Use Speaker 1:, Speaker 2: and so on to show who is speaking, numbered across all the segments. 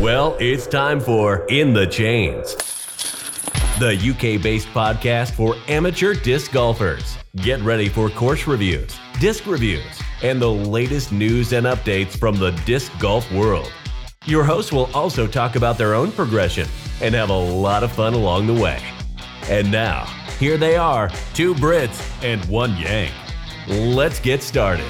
Speaker 1: Well, it's time for In the Chains, the UK based podcast for amateur disc golfers. Get ready for course reviews, disc reviews, and the latest news and updates from the disc golf world. Your hosts will also talk about their own progression and have a lot of fun along the way. And now, here they are two Brits and one Yank. Let's get started.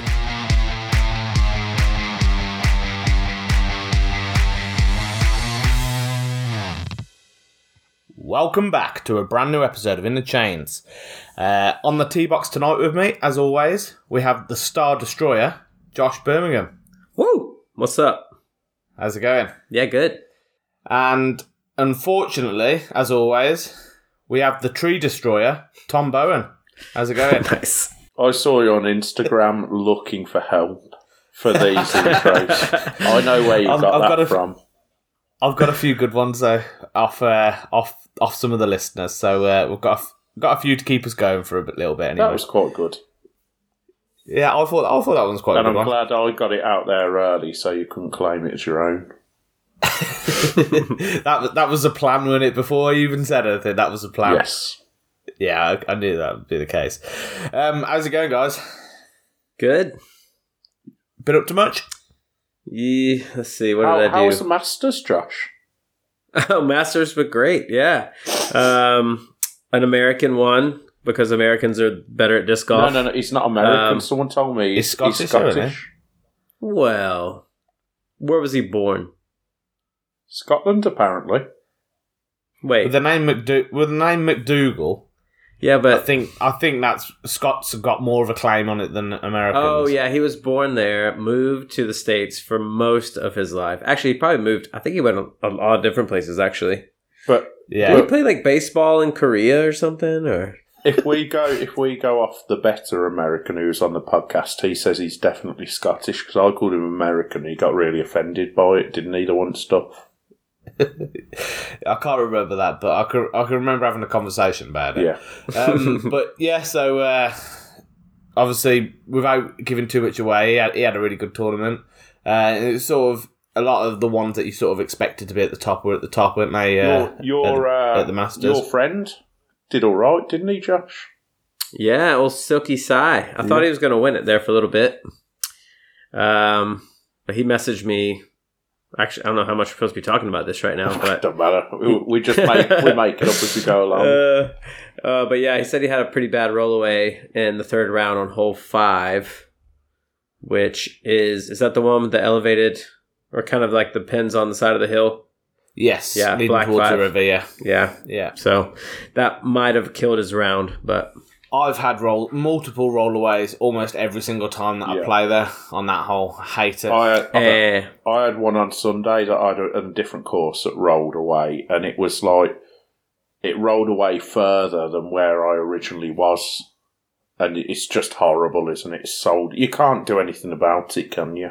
Speaker 2: Welcome back to a brand new episode of In the Chains. Uh, on the tee box tonight with me, as always, we have the Star Destroyer, Josh Birmingham.
Speaker 3: Woo! What's up?
Speaker 2: How's it going?
Speaker 3: Yeah, good.
Speaker 2: And unfortunately, as always, we have the Tree Destroyer, Tom Bowen. How's it going?
Speaker 3: Nice.
Speaker 4: I saw you on Instagram looking for help for these intros. I know where you
Speaker 2: I've-
Speaker 4: got
Speaker 2: I've
Speaker 4: that
Speaker 2: got a-
Speaker 4: from.
Speaker 2: I've got a few good ones though off uh, off off some of the listeners, so uh, we've got a f- got a few to keep us going for a bit, little bit. Anyway,
Speaker 4: That was quite good,
Speaker 2: yeah, I thought I thought that one's quite a
Speaker 4: and
Speaker 2: good
Speaker 4: I'm
Speaker 2: one.
Speaker 4: glad I got it out there early, so you couldn't claim it as your own.
Speaker 2: That was that was a plan, wasn't it? Before I even said anything, that was a plan.
Speaker 4: Yes,
Speaker 2: Yeah, I, I knew that would be the case. Um, how's it going, guys?
Speaker 3: Good.
Speaker 2: Been up to much?
Speaker 3: Yeah, let's see. What
Speaker 4: how,
Speaker 3: did
Speaker 4: how
Speaker 3: I
Speaker 4: was the
Speaker 3: do?
Speaker 4: Masters, Josh?
Speaker 3: oh, Masters, but great. Yeah. Um, an American won because Americans are better at disc golf.
Speaker 4: No, no, no. He's not American.
Speaker 3: Um,
Speaker 4: Someone told
Speaker 2: he's
Speaker 4: me he's
Speaker 2: Scottish,
Speaker 4: Scottish.
Speaker 2: isn't he?
Speaker 3: Well, where was he born?
Speaker 4: Scotland, apparently.
Speaker 3: Wait.
Speaker 2: With the name McDo- with the name McDougal,
Speaker 3: yeah,
Speaker 2: I
Speaker 3: but
Speaker 2: think I think that's Scots have got more of a claim on it than Americans.
Speaker 3: oh yeah, he was born there, moved to the states for most of his life. Actually, he probably moved. I think he went a, a lot of different places. Actually,
Speaker 4: But
Speaker 2: yeah.
Speaker 3: did he play like baseball in Korea or something? Or
Speaker 4: if we go, if we go off the better American who's on the podcast, he says he's definitely Scottish because I called him American. He got really offended by it. Didn't either want stuff.
Speaker 2: I can't remember that, but I can I can remember having a conversation about it.
Speaker 4: Yeah.
Speaker 2: Um, but yeah, so uh, obviously, without giving too much away, he had, he had a really good tournament. Uh, and it was sort of a lot of the ones that you sort of expected to be at the top were at the top, weren't they? Uh,
Speaker 4: your your
Speaker 2: at,
Speaker 4: uh,
Speaker 2: at the Masters.
Speaker 4: your friend did all right, didn't he, Josh?
Speaker 3: Yeah, old Silky Sai. I thought he was going to win it there for a little bit. Um, but he messaged me. Actually, I don't know how much we're supposed to be talking about this right now, but
Speaker 4: Don't matter. We, we just make we make it up as we go along.
Speaker 3: uh, uh, but yeah, he said he had a pretty bad rollaway in the third round on hole five, which is is that the one with the elevated or kind of like the pins on the side of the hill?
Speaker 2: yes,
Speaker 3: Yeah,
Speaker 2: leading
Speaker 3: Black
Speaker 2: towards the
Speaker 3: Five.
Speaker 2: river. Yeah,
Speaker 3: Yeah,
Speaker 2: yeah.
Speaker 3: so that might have killed his round, but
Speaker 2: I've had roll multiple rollaways almost every single time that I
Speaker 4: Yeah.
Speaker 2: play there on that hole. Hate it.
Speaker 4: I, had,
Speaker 3: eh,
Speaker 4: I had one on Sunday that I had a, a different course that rolled away, and it was like it rolled away further than where I originally was, and it's just horrible, isn't it? It's sold. You can't do anything about it, can you?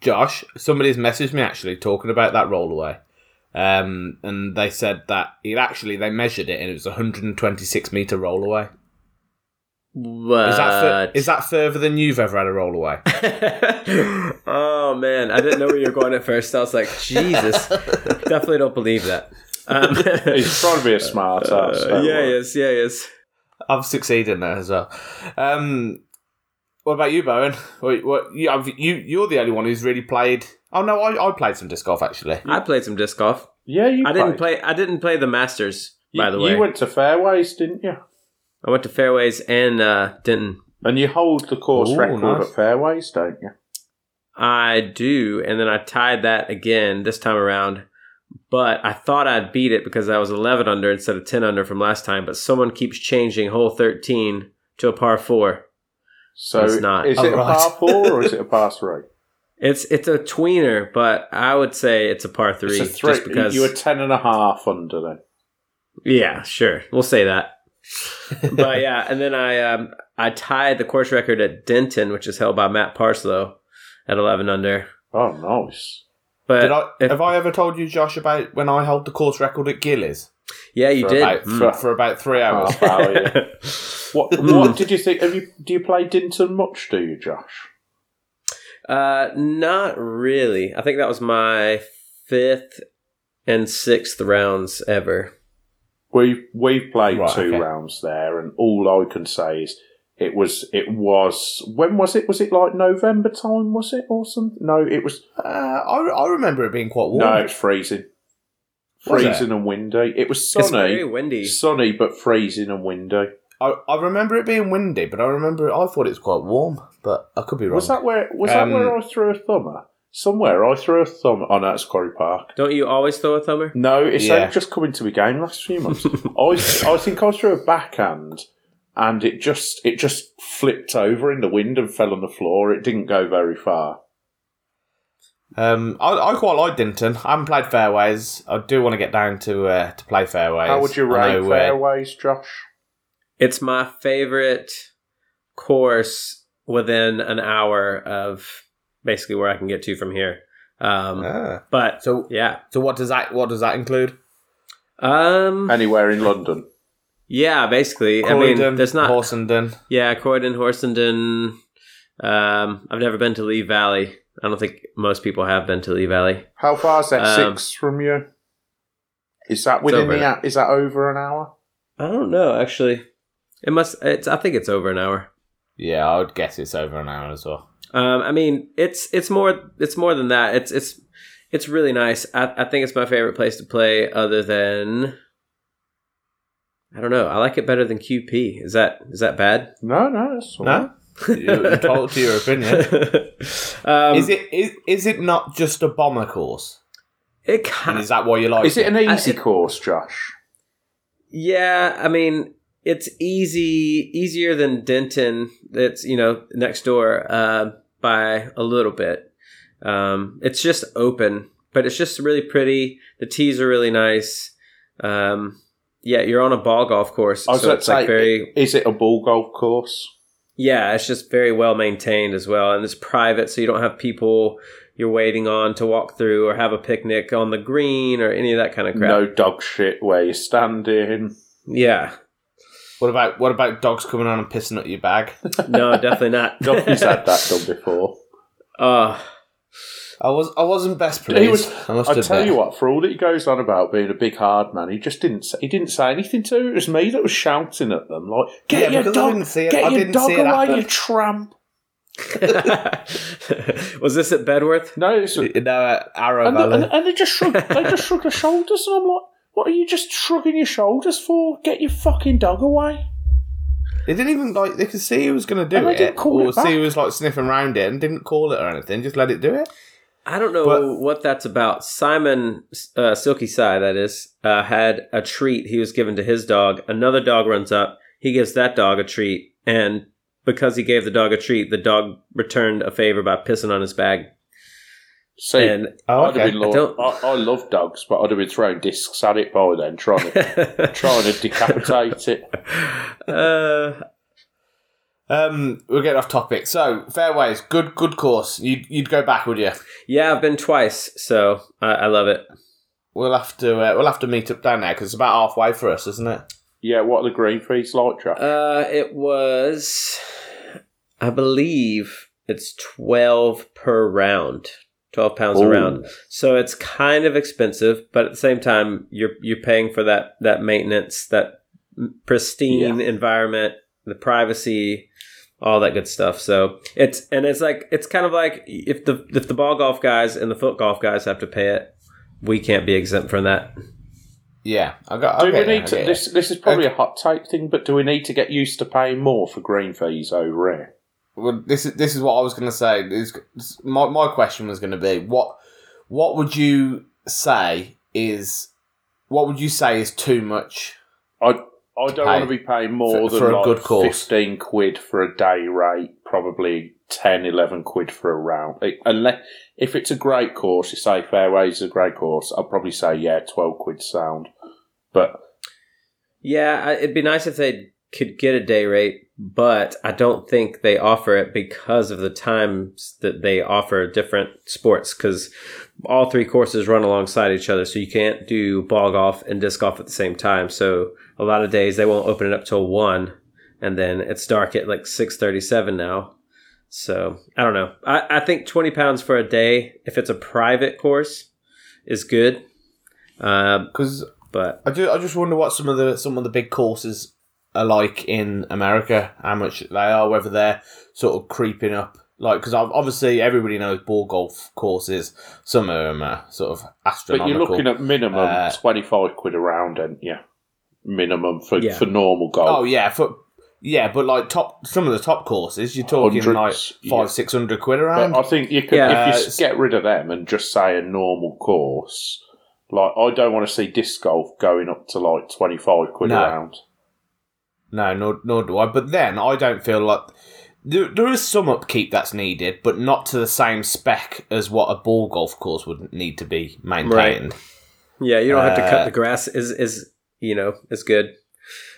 Speaker 2: Josh, somebody's messaged me actually talking about that rollaway. Um, and they said that it actually they measured it and it was 126 meter rollaway.
Speaker 3: what
Speaker 2: Is that fur- is that further than you've ever had a rollaway?
Speaker 3: oh man, I didn't know where you were going at first. I was like, Jesus, definitely don't believe that. Um,
Speaker 4: It's trying to be a smart ass.
Speaker 3: uh, yeah, yes, yeah, yes.
Speaker 2: I've succeeded in that as well. Um, what about you, Bowen? What, what you, I've- you you're the only one who's really played. Oh no, I, I played some disc golf actually.
Speaker 3: I played some disc golf.
Speaker 4: yeah. You
Speaker 3: I didn't
Speaker 4: played.
Speaker 3: play. I didn't play the Masters. By
Speaker 4: You-
Speaker 3: the way,
Speaker 4: you went to fairways, didn't you?
Speaker 3: I went to fairways and uh, Denton.
Speaker 4: And you hold the course
Speaker 2: Ooh,
Speaker 4: record
Speaker 2: nice.
Speaker 4: at fairways, don't you?
Speaker 3: I do, and then I tied that again this time around. But I thought I'd beat it because I was 11 under instead of 10 under from last time. But someone keeps changing hole 13 to a par four.
Speaker 4: So
Speaker 3: It's not.
Speaker 4: is
Speaker 2: Oh,
Speaker 4: it a
Speaker 2: right.
Speaker 4: par four or is it a par three?
Speaker 3: It's it's a tweener, but I would say it's a par three,
Speaker 4: it's a three.
Speaker 3: just because.
Speaker 4: You were ten and a half under then.
Speaker 3: yeah, sure, we'll say that. but yeah, and then I um, I tied the course record at Denton, which is held by Matt Parslow, at eleven under.
Speaker 4: Oh, nice.
Speaker 3: But
Speaker 2: Did I,
Speaker 3: if-
Speaker 2: have I ever told you, Josh, about when I held the course record at Gillies
Speaker 3: yeah, you
Speaker 4: For
Speaker 3: did.
Speaker 2: about,
Speaker 3: Mm.
Speaker 2: for, for about three hours?
Speaker 4: Half hour, yeah. What
Speaker 2: Hmm.
Speaker 4: What did you think? Have you do you play Dinton much? Do you, Josh?
Speaker 3: Uh, not really. I think that was my fifth and sixth rounds ever.
Speaker 4: We we've played
Speaker 2: Right,
Speaker 4: two
Speaker 2: okay.
Speaker 4: rounds there, and all I can say is it was it was when was it? Was it like November time? Was it or something? No, it was
Speaker 2: Uh, I, I remember it being quite warm.
Speaker 4: no, it was freezing,
Speaker 2: Was it?
Speaker 4: freezing and windy. It was
Speaker 3: It's very
Speaker 4: sunny,
Speaker 3: windy.
Speaker 4: sunny but freezing and windy.
Speaker 2: I, I remember it being windy, but I remember I thought it was quite warm, but I could be wrong.
Speaker 4: Was that where was
Speaker 2: Um,
Speaker 4: that where I threw a thumber? Somewhere I threw a thumb. Oh no, it's Quarry Park.
Speaker 3: Don't you always throw a thumber?
Speaker 4: No, it's
Speaker 2: Yeah.
Speaker 4: only just come into the game last few months. I, I think I threw a backhand, and it just it just flipped over in the wind and fell on the floor. It didn't go very far.
Speaker 2: Um, I, I quite like Dinton. I haven't played fairways. I do want to get down to uh, to play fairways.
Speaker 4: How would you
Speaker 2: I
Speaker 4: rate
Speaker 2: know, uh,
Speaker 4: fairways, Josh?
Speaker 3: It's my favorite course within an hour of basically where I can get to from here. Um,
Speaker 2: ah.
Speaker 3: but
Speaker 2: So
Speaker 3: yeah,
Speaker 2: so what does that what does that include?
Speaker 3: um,
Speaker 4: Anywhere in London?
Speaker 3: yeah, basically. I mean,
Speaker 2: Croydon,
Speaker 3: there's not.
Speaker 2: Horsenden.
Speaker 3: yeah, Croydon, Horsenden. Um, I've never been to Lee Valley. I don't think most people have been to Lee Valley.
Speaker 4: How far's that
Speaker 3: Um,
Speaker 4: six from you? Is that within
Speaker 3: over.
Speaker 4: the hou- is that over an hour?
Speaker 3: I don't know actually. It must. It's. I think it's over an hour.
Speaker 2: Yeah, I would guess it's over an hour as well.
Speaker 3: Um, I mean, it's it's more it's more than that. It's it's it's really nice. I, I think it's my favorite place to play, other than I don't know. I like it better than QP. Is that is that bad?
Speaker 4: No, no, that's all right.
Speaker 2: No, you entitled to your opinion.
Speaker 3: um,
Speaker 2: is it is, is it not just a bomber course?
Speaker 3: It
Speaker 2: And
Speaker 3: kind
Speaker 2: is that why you like?
Speaker 4: Is it an easy
Speaker 3: I-
Speaker 4: course, Josh?
Speaker 3: Yeah, I mean, it's easy easier than Denton. That's you know next door uh, by a little bit. Um, it's just open, but it's just really pretty. The tees are really nice. Um, yeah, you're on a ball golf course,
Speaker 4: I was
Speaker 3: so
Speaker 4: gonna
Speaker 3: it's like
Speaker 4: say,
Speaker 3: very
Speaker 4: Is it a ball golf course?
Speaker 3: yeah, it's just very well maintained as well, and it's private, so you don't have people you're waiting on to walk through or have a picnic on the green or any of that kind of crap.
Speaker 4: No dog shit where you're standing.
Speaker 3: Yeah,
Speaker 2: What about what about dogs coming on and pissing at your bag?
Speaker 3: no, definitely not.
Speaker 4: Duffy's had that done before.
Speaker 3: Oh,
Speaker 2: I was I wasn't best pleased.
Speaker 4: He was.
Speaker 2: I
Speaker 4: I
Speaker 2: must
Speaker 4: tell
Speaker 2: admit.
Speaker 4: you what, for all that he goes on about being a big hard man, he just didn't. Say, he didn't say anything to. It. it was me that was shouting at them, like, "Get
Speaker 2: Yeah,
Speaker 4: your
Speaker 2: because I
Speaker 4: dog,
Speaker 2: didn't see it.
Speaker 4: get
Speaker 2: I
Speaker 4: your
Speaker 2: didn't
Speaker 4: dog
Speaker 2: see it
Speaker 4: away,
Speaker 2: happen."
Speaker 4: you tramp."
Speaker 3: was this at Bedworth?
Speaker 4: No, it's, and,
Speaker 2: You know, uh, Arrow
Speaker 4: and,
Speaker 2: Valley.
Speaker 4: and, they just shrugged. they just shrugged their shoulders, and I'm like, "What are you just shrugging your shoulders for? Get your fucking dog away!"
Speaker 2: They didn't even like they could see who was going to do
Speaker 4: And they
Speaker 2: it,
Speaker 4: didn't call
Speaker 2: or
Speaker 4: it back.
Speaker 2: see who was like sniffing around it, and didn't call it or anything. Just let it do it.
Speaker 3: I don't know
Speaker 2: But-
Speaker 3: what that's about. Simon uh, Silky Sai, that is, uh, had a treat he was given to his dog. Another dog runs up. He gives that dog a treat, and because he gave the dog a treat, the dog returned a favor by pissing on his bag.
Speaker 4: So
Speaker 3: And
Speaker 2: Oh,
Speaker 4: I'd have been.
Speaker 3: I
Speaker 4: Lo-
Speaker 3: don't-
Speaker 4: I, I, love dogs, but I'd have been throwing discs at it by then, trying to trying to decapitate it.
Speaker 3: uh,
Speaker 2: Um, we're getting off topic. So fairways, good, good course. You'd you'd go back, would you?
Speaker 3: yeah, I've been twice, so I, I love it.
Speaker 2: We'll have to uh, we'll have to meet up down there because it's about halfway for us, isn't it?
Speaker 4: Yeah, what are the green fees like, Josh?
Speaker 3: Uh, it was, I believe, it's twelve per round, twelve pounds a
Speaker 4: Ooh.
Speaker 3: round. So it's kind of expensive, but at the same time, you're you're paying for that that maintenance, that pristine environment, the privacy, all that good stuff. So it's and it's like it's kind of like if the if the ball golf guys and the foot golf guys have to pay it, we can't be exempt from that.
Speaker 2: Yeah, I got.
Speaker 4: Do
Speaker 2: I get
Speaker 4: we
Speaker 2: you,
Speaker 4: need
Speaker 2: I
Speaker 4: to?
Speaker 2: get you.
Speaker 4: This this is probably a hot take thing, but do we need to get used to paying more for green fees over here?
Speaker 2: Well, this is this is what I was going to say. Is my my question was going to be what what would you say is what would you say is too much?
Speaker 4: I I don't
Speaker 2: pay
Speaker 4: want to be paying
Speaker 2: for-
Speaker 4: more than
Speaker 2: for a
Speaker 4: like
Speaker 2: good course.
Speaker 4: fifteen quid for a day rate, probably 10, 11 quid for a round. Like, Unless if it's a great course, you say fairways is a great course, I'll probably say yeah, twelve quid sound. But
Speaker 3: Yeah, I- it'd be nice if they could get a day rate, but I don't think they offer it because of the times that they offer different sports. Because all three courses run alongside each other, so you can't do ball golf and disc golf at the same time. So a lot of days they won't open it up till one, and then it's dark at like six thirty-seven now. So I don't know. I, I think twenty pounds for a day if it's a private course is good. Uh,
Speaker 2: Because
Speaker 3: but
Speaker 2: I do. I just wonder what some of the some of the big courses are like in America. How much they are, whether they're sort of creeping up. Like, because obviously everybody knows ball golf courses. Some of them are sort of
Speaker 4: But you're
Speaker 2: astronomical.
Speaker 4: looking at minimum
Speaker 2: Uh,
Speaker 4: 25 quid a round, and yeah, minimum for,
Speaker 3: Yeah.
Speaker 4: for normal golf.
Speaker 2: oh yeah, for yeah, but like top some of the top courses, you're talking like
Speaker 4: Hundreds,
Speaker 2: five
Speaker 4: yeah.
Speaker 2: six hundred quid
Speaker 4: But
Speaker 2: around.
Speaker 4: I think you could
Speaker 3: Yeah.
Speaker 4: if
Speaker 2: Uh,
Speaker 4: you s- get rid of them and just say a normal course. Like I don't want to see disc golf going up to like twenty five quid
Speaker 2: No.
Speaker 4: a round.
Speaker 2: No, nor, nor do I. But then I don't feel like there, there is some upkeep that's needed, but not to the same spec as what a ball golf course would need to be maintained.
Speaker 3: yeah, you don't have to cut
Speaker 2: Uh,
Speaker 3: the grass. Is is you know is good.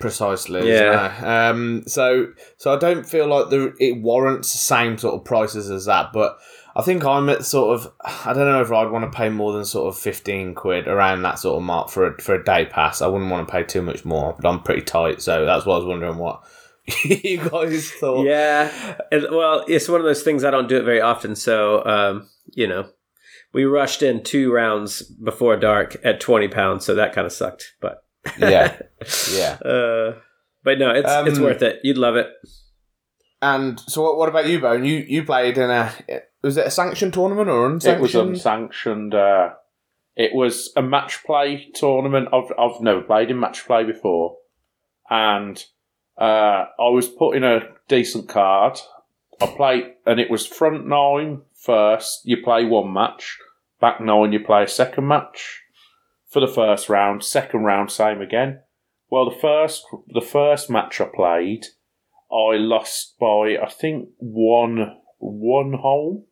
Speaker 2: Precisely.
Speaker 3: Yeah.
Speaker 2: no. Um. So so I don't feel like there, it warrants the same sort of prices as that, but. I think I'm at sort of I don't know if I'd want to pay more than sort of fifteen quid around that sort of mark for a, for a day pass. I wouldn't want to pay too much more, but I'm pretty tight, so that's why I was wondering what you guys thought.
Speaker 3: Yeah, and, well, it's one of those things I don't do it very often. So um, you know, we rushed in two rounds before dark at twenty pounds, so that kind of sucked. But
Speaker 2: yeah. Yeah.
Speaker 3: uh, but no, it's it's
Speaker 2: Um,
Speaker 3: worth it. You'd love it.
Speaker 2: And so, what, what about you, Bone? You you played in a was it a sanctioned tournament or
Speaker 4: It was
Speaker 2: unsanctioned?
Speaker 4: um, unsanctioned. Uh, it was a match play tournament. I've I've never played in match play before, and uh, I was put in a decent card. I played, and it was front nine first. You play one match, back nine. You play a second match for the first round. Second round, same again. Well, the first the first match I played, I lost by I think one one hole.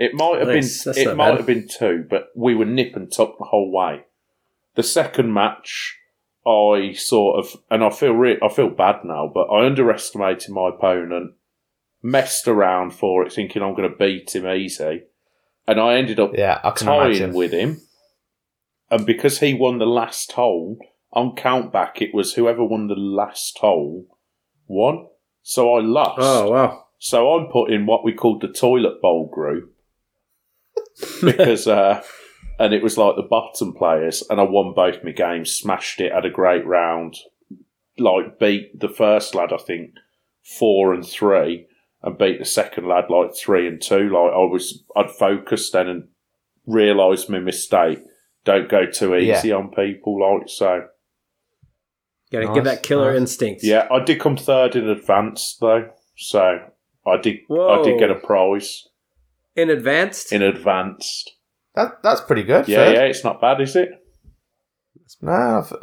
Speaker 4: It might have
Speaker 3: Nice,
Speaker 4: been
Speaker 3: that's
Speaker 4: it
Speaker 3: not
Speaker 4: might
Speaker 3: bad.
Speaker 4: have been two, but we were nip and tuck the whole way. The second match, I sort of and I feel re- I feel bad now, but I underestimated my opponent, messed around for it, thinking I'm going to beat him easy, and I ended up
Speaker 2: yeah, I can
Speaker 4: tying
Speaker 2: imagine.
Speaker 4: with him. And because he won the last hole, on count back, it was whoever won the last hole won. So I lost.
Speaker 3: Oh wow.
Speaker 4: So I'm put in what we called the toilet bowl group because, uh, and it was like the bottom players, and I won both my games, smashed it, had a great round, like beat the first lad, I think, four and three, and beat the second lad like three and two. Like I was, I'd focused then and realised my mistake. Don't go too easy on people, like so.
Speaker 3: Gotta
Speaker 2: Nice,
Speaker 3: get that killer
Speaker 2: nice.
Speaker 3: instinct.
Speaker 4: Yeah, I did come third in advance though, so I did. I
Speaker 3: Whoa.
Speaker 4: did get a prize.
Speaker 3: In advanced?
Speaker 4: in advanced.
Speaker 2: That that's pretty good.
Speaker 4: Yeah,
Speaker 2: Phil.
Speaker 4: yeah, it's not bad, is it?
Speaker 2: No, I've-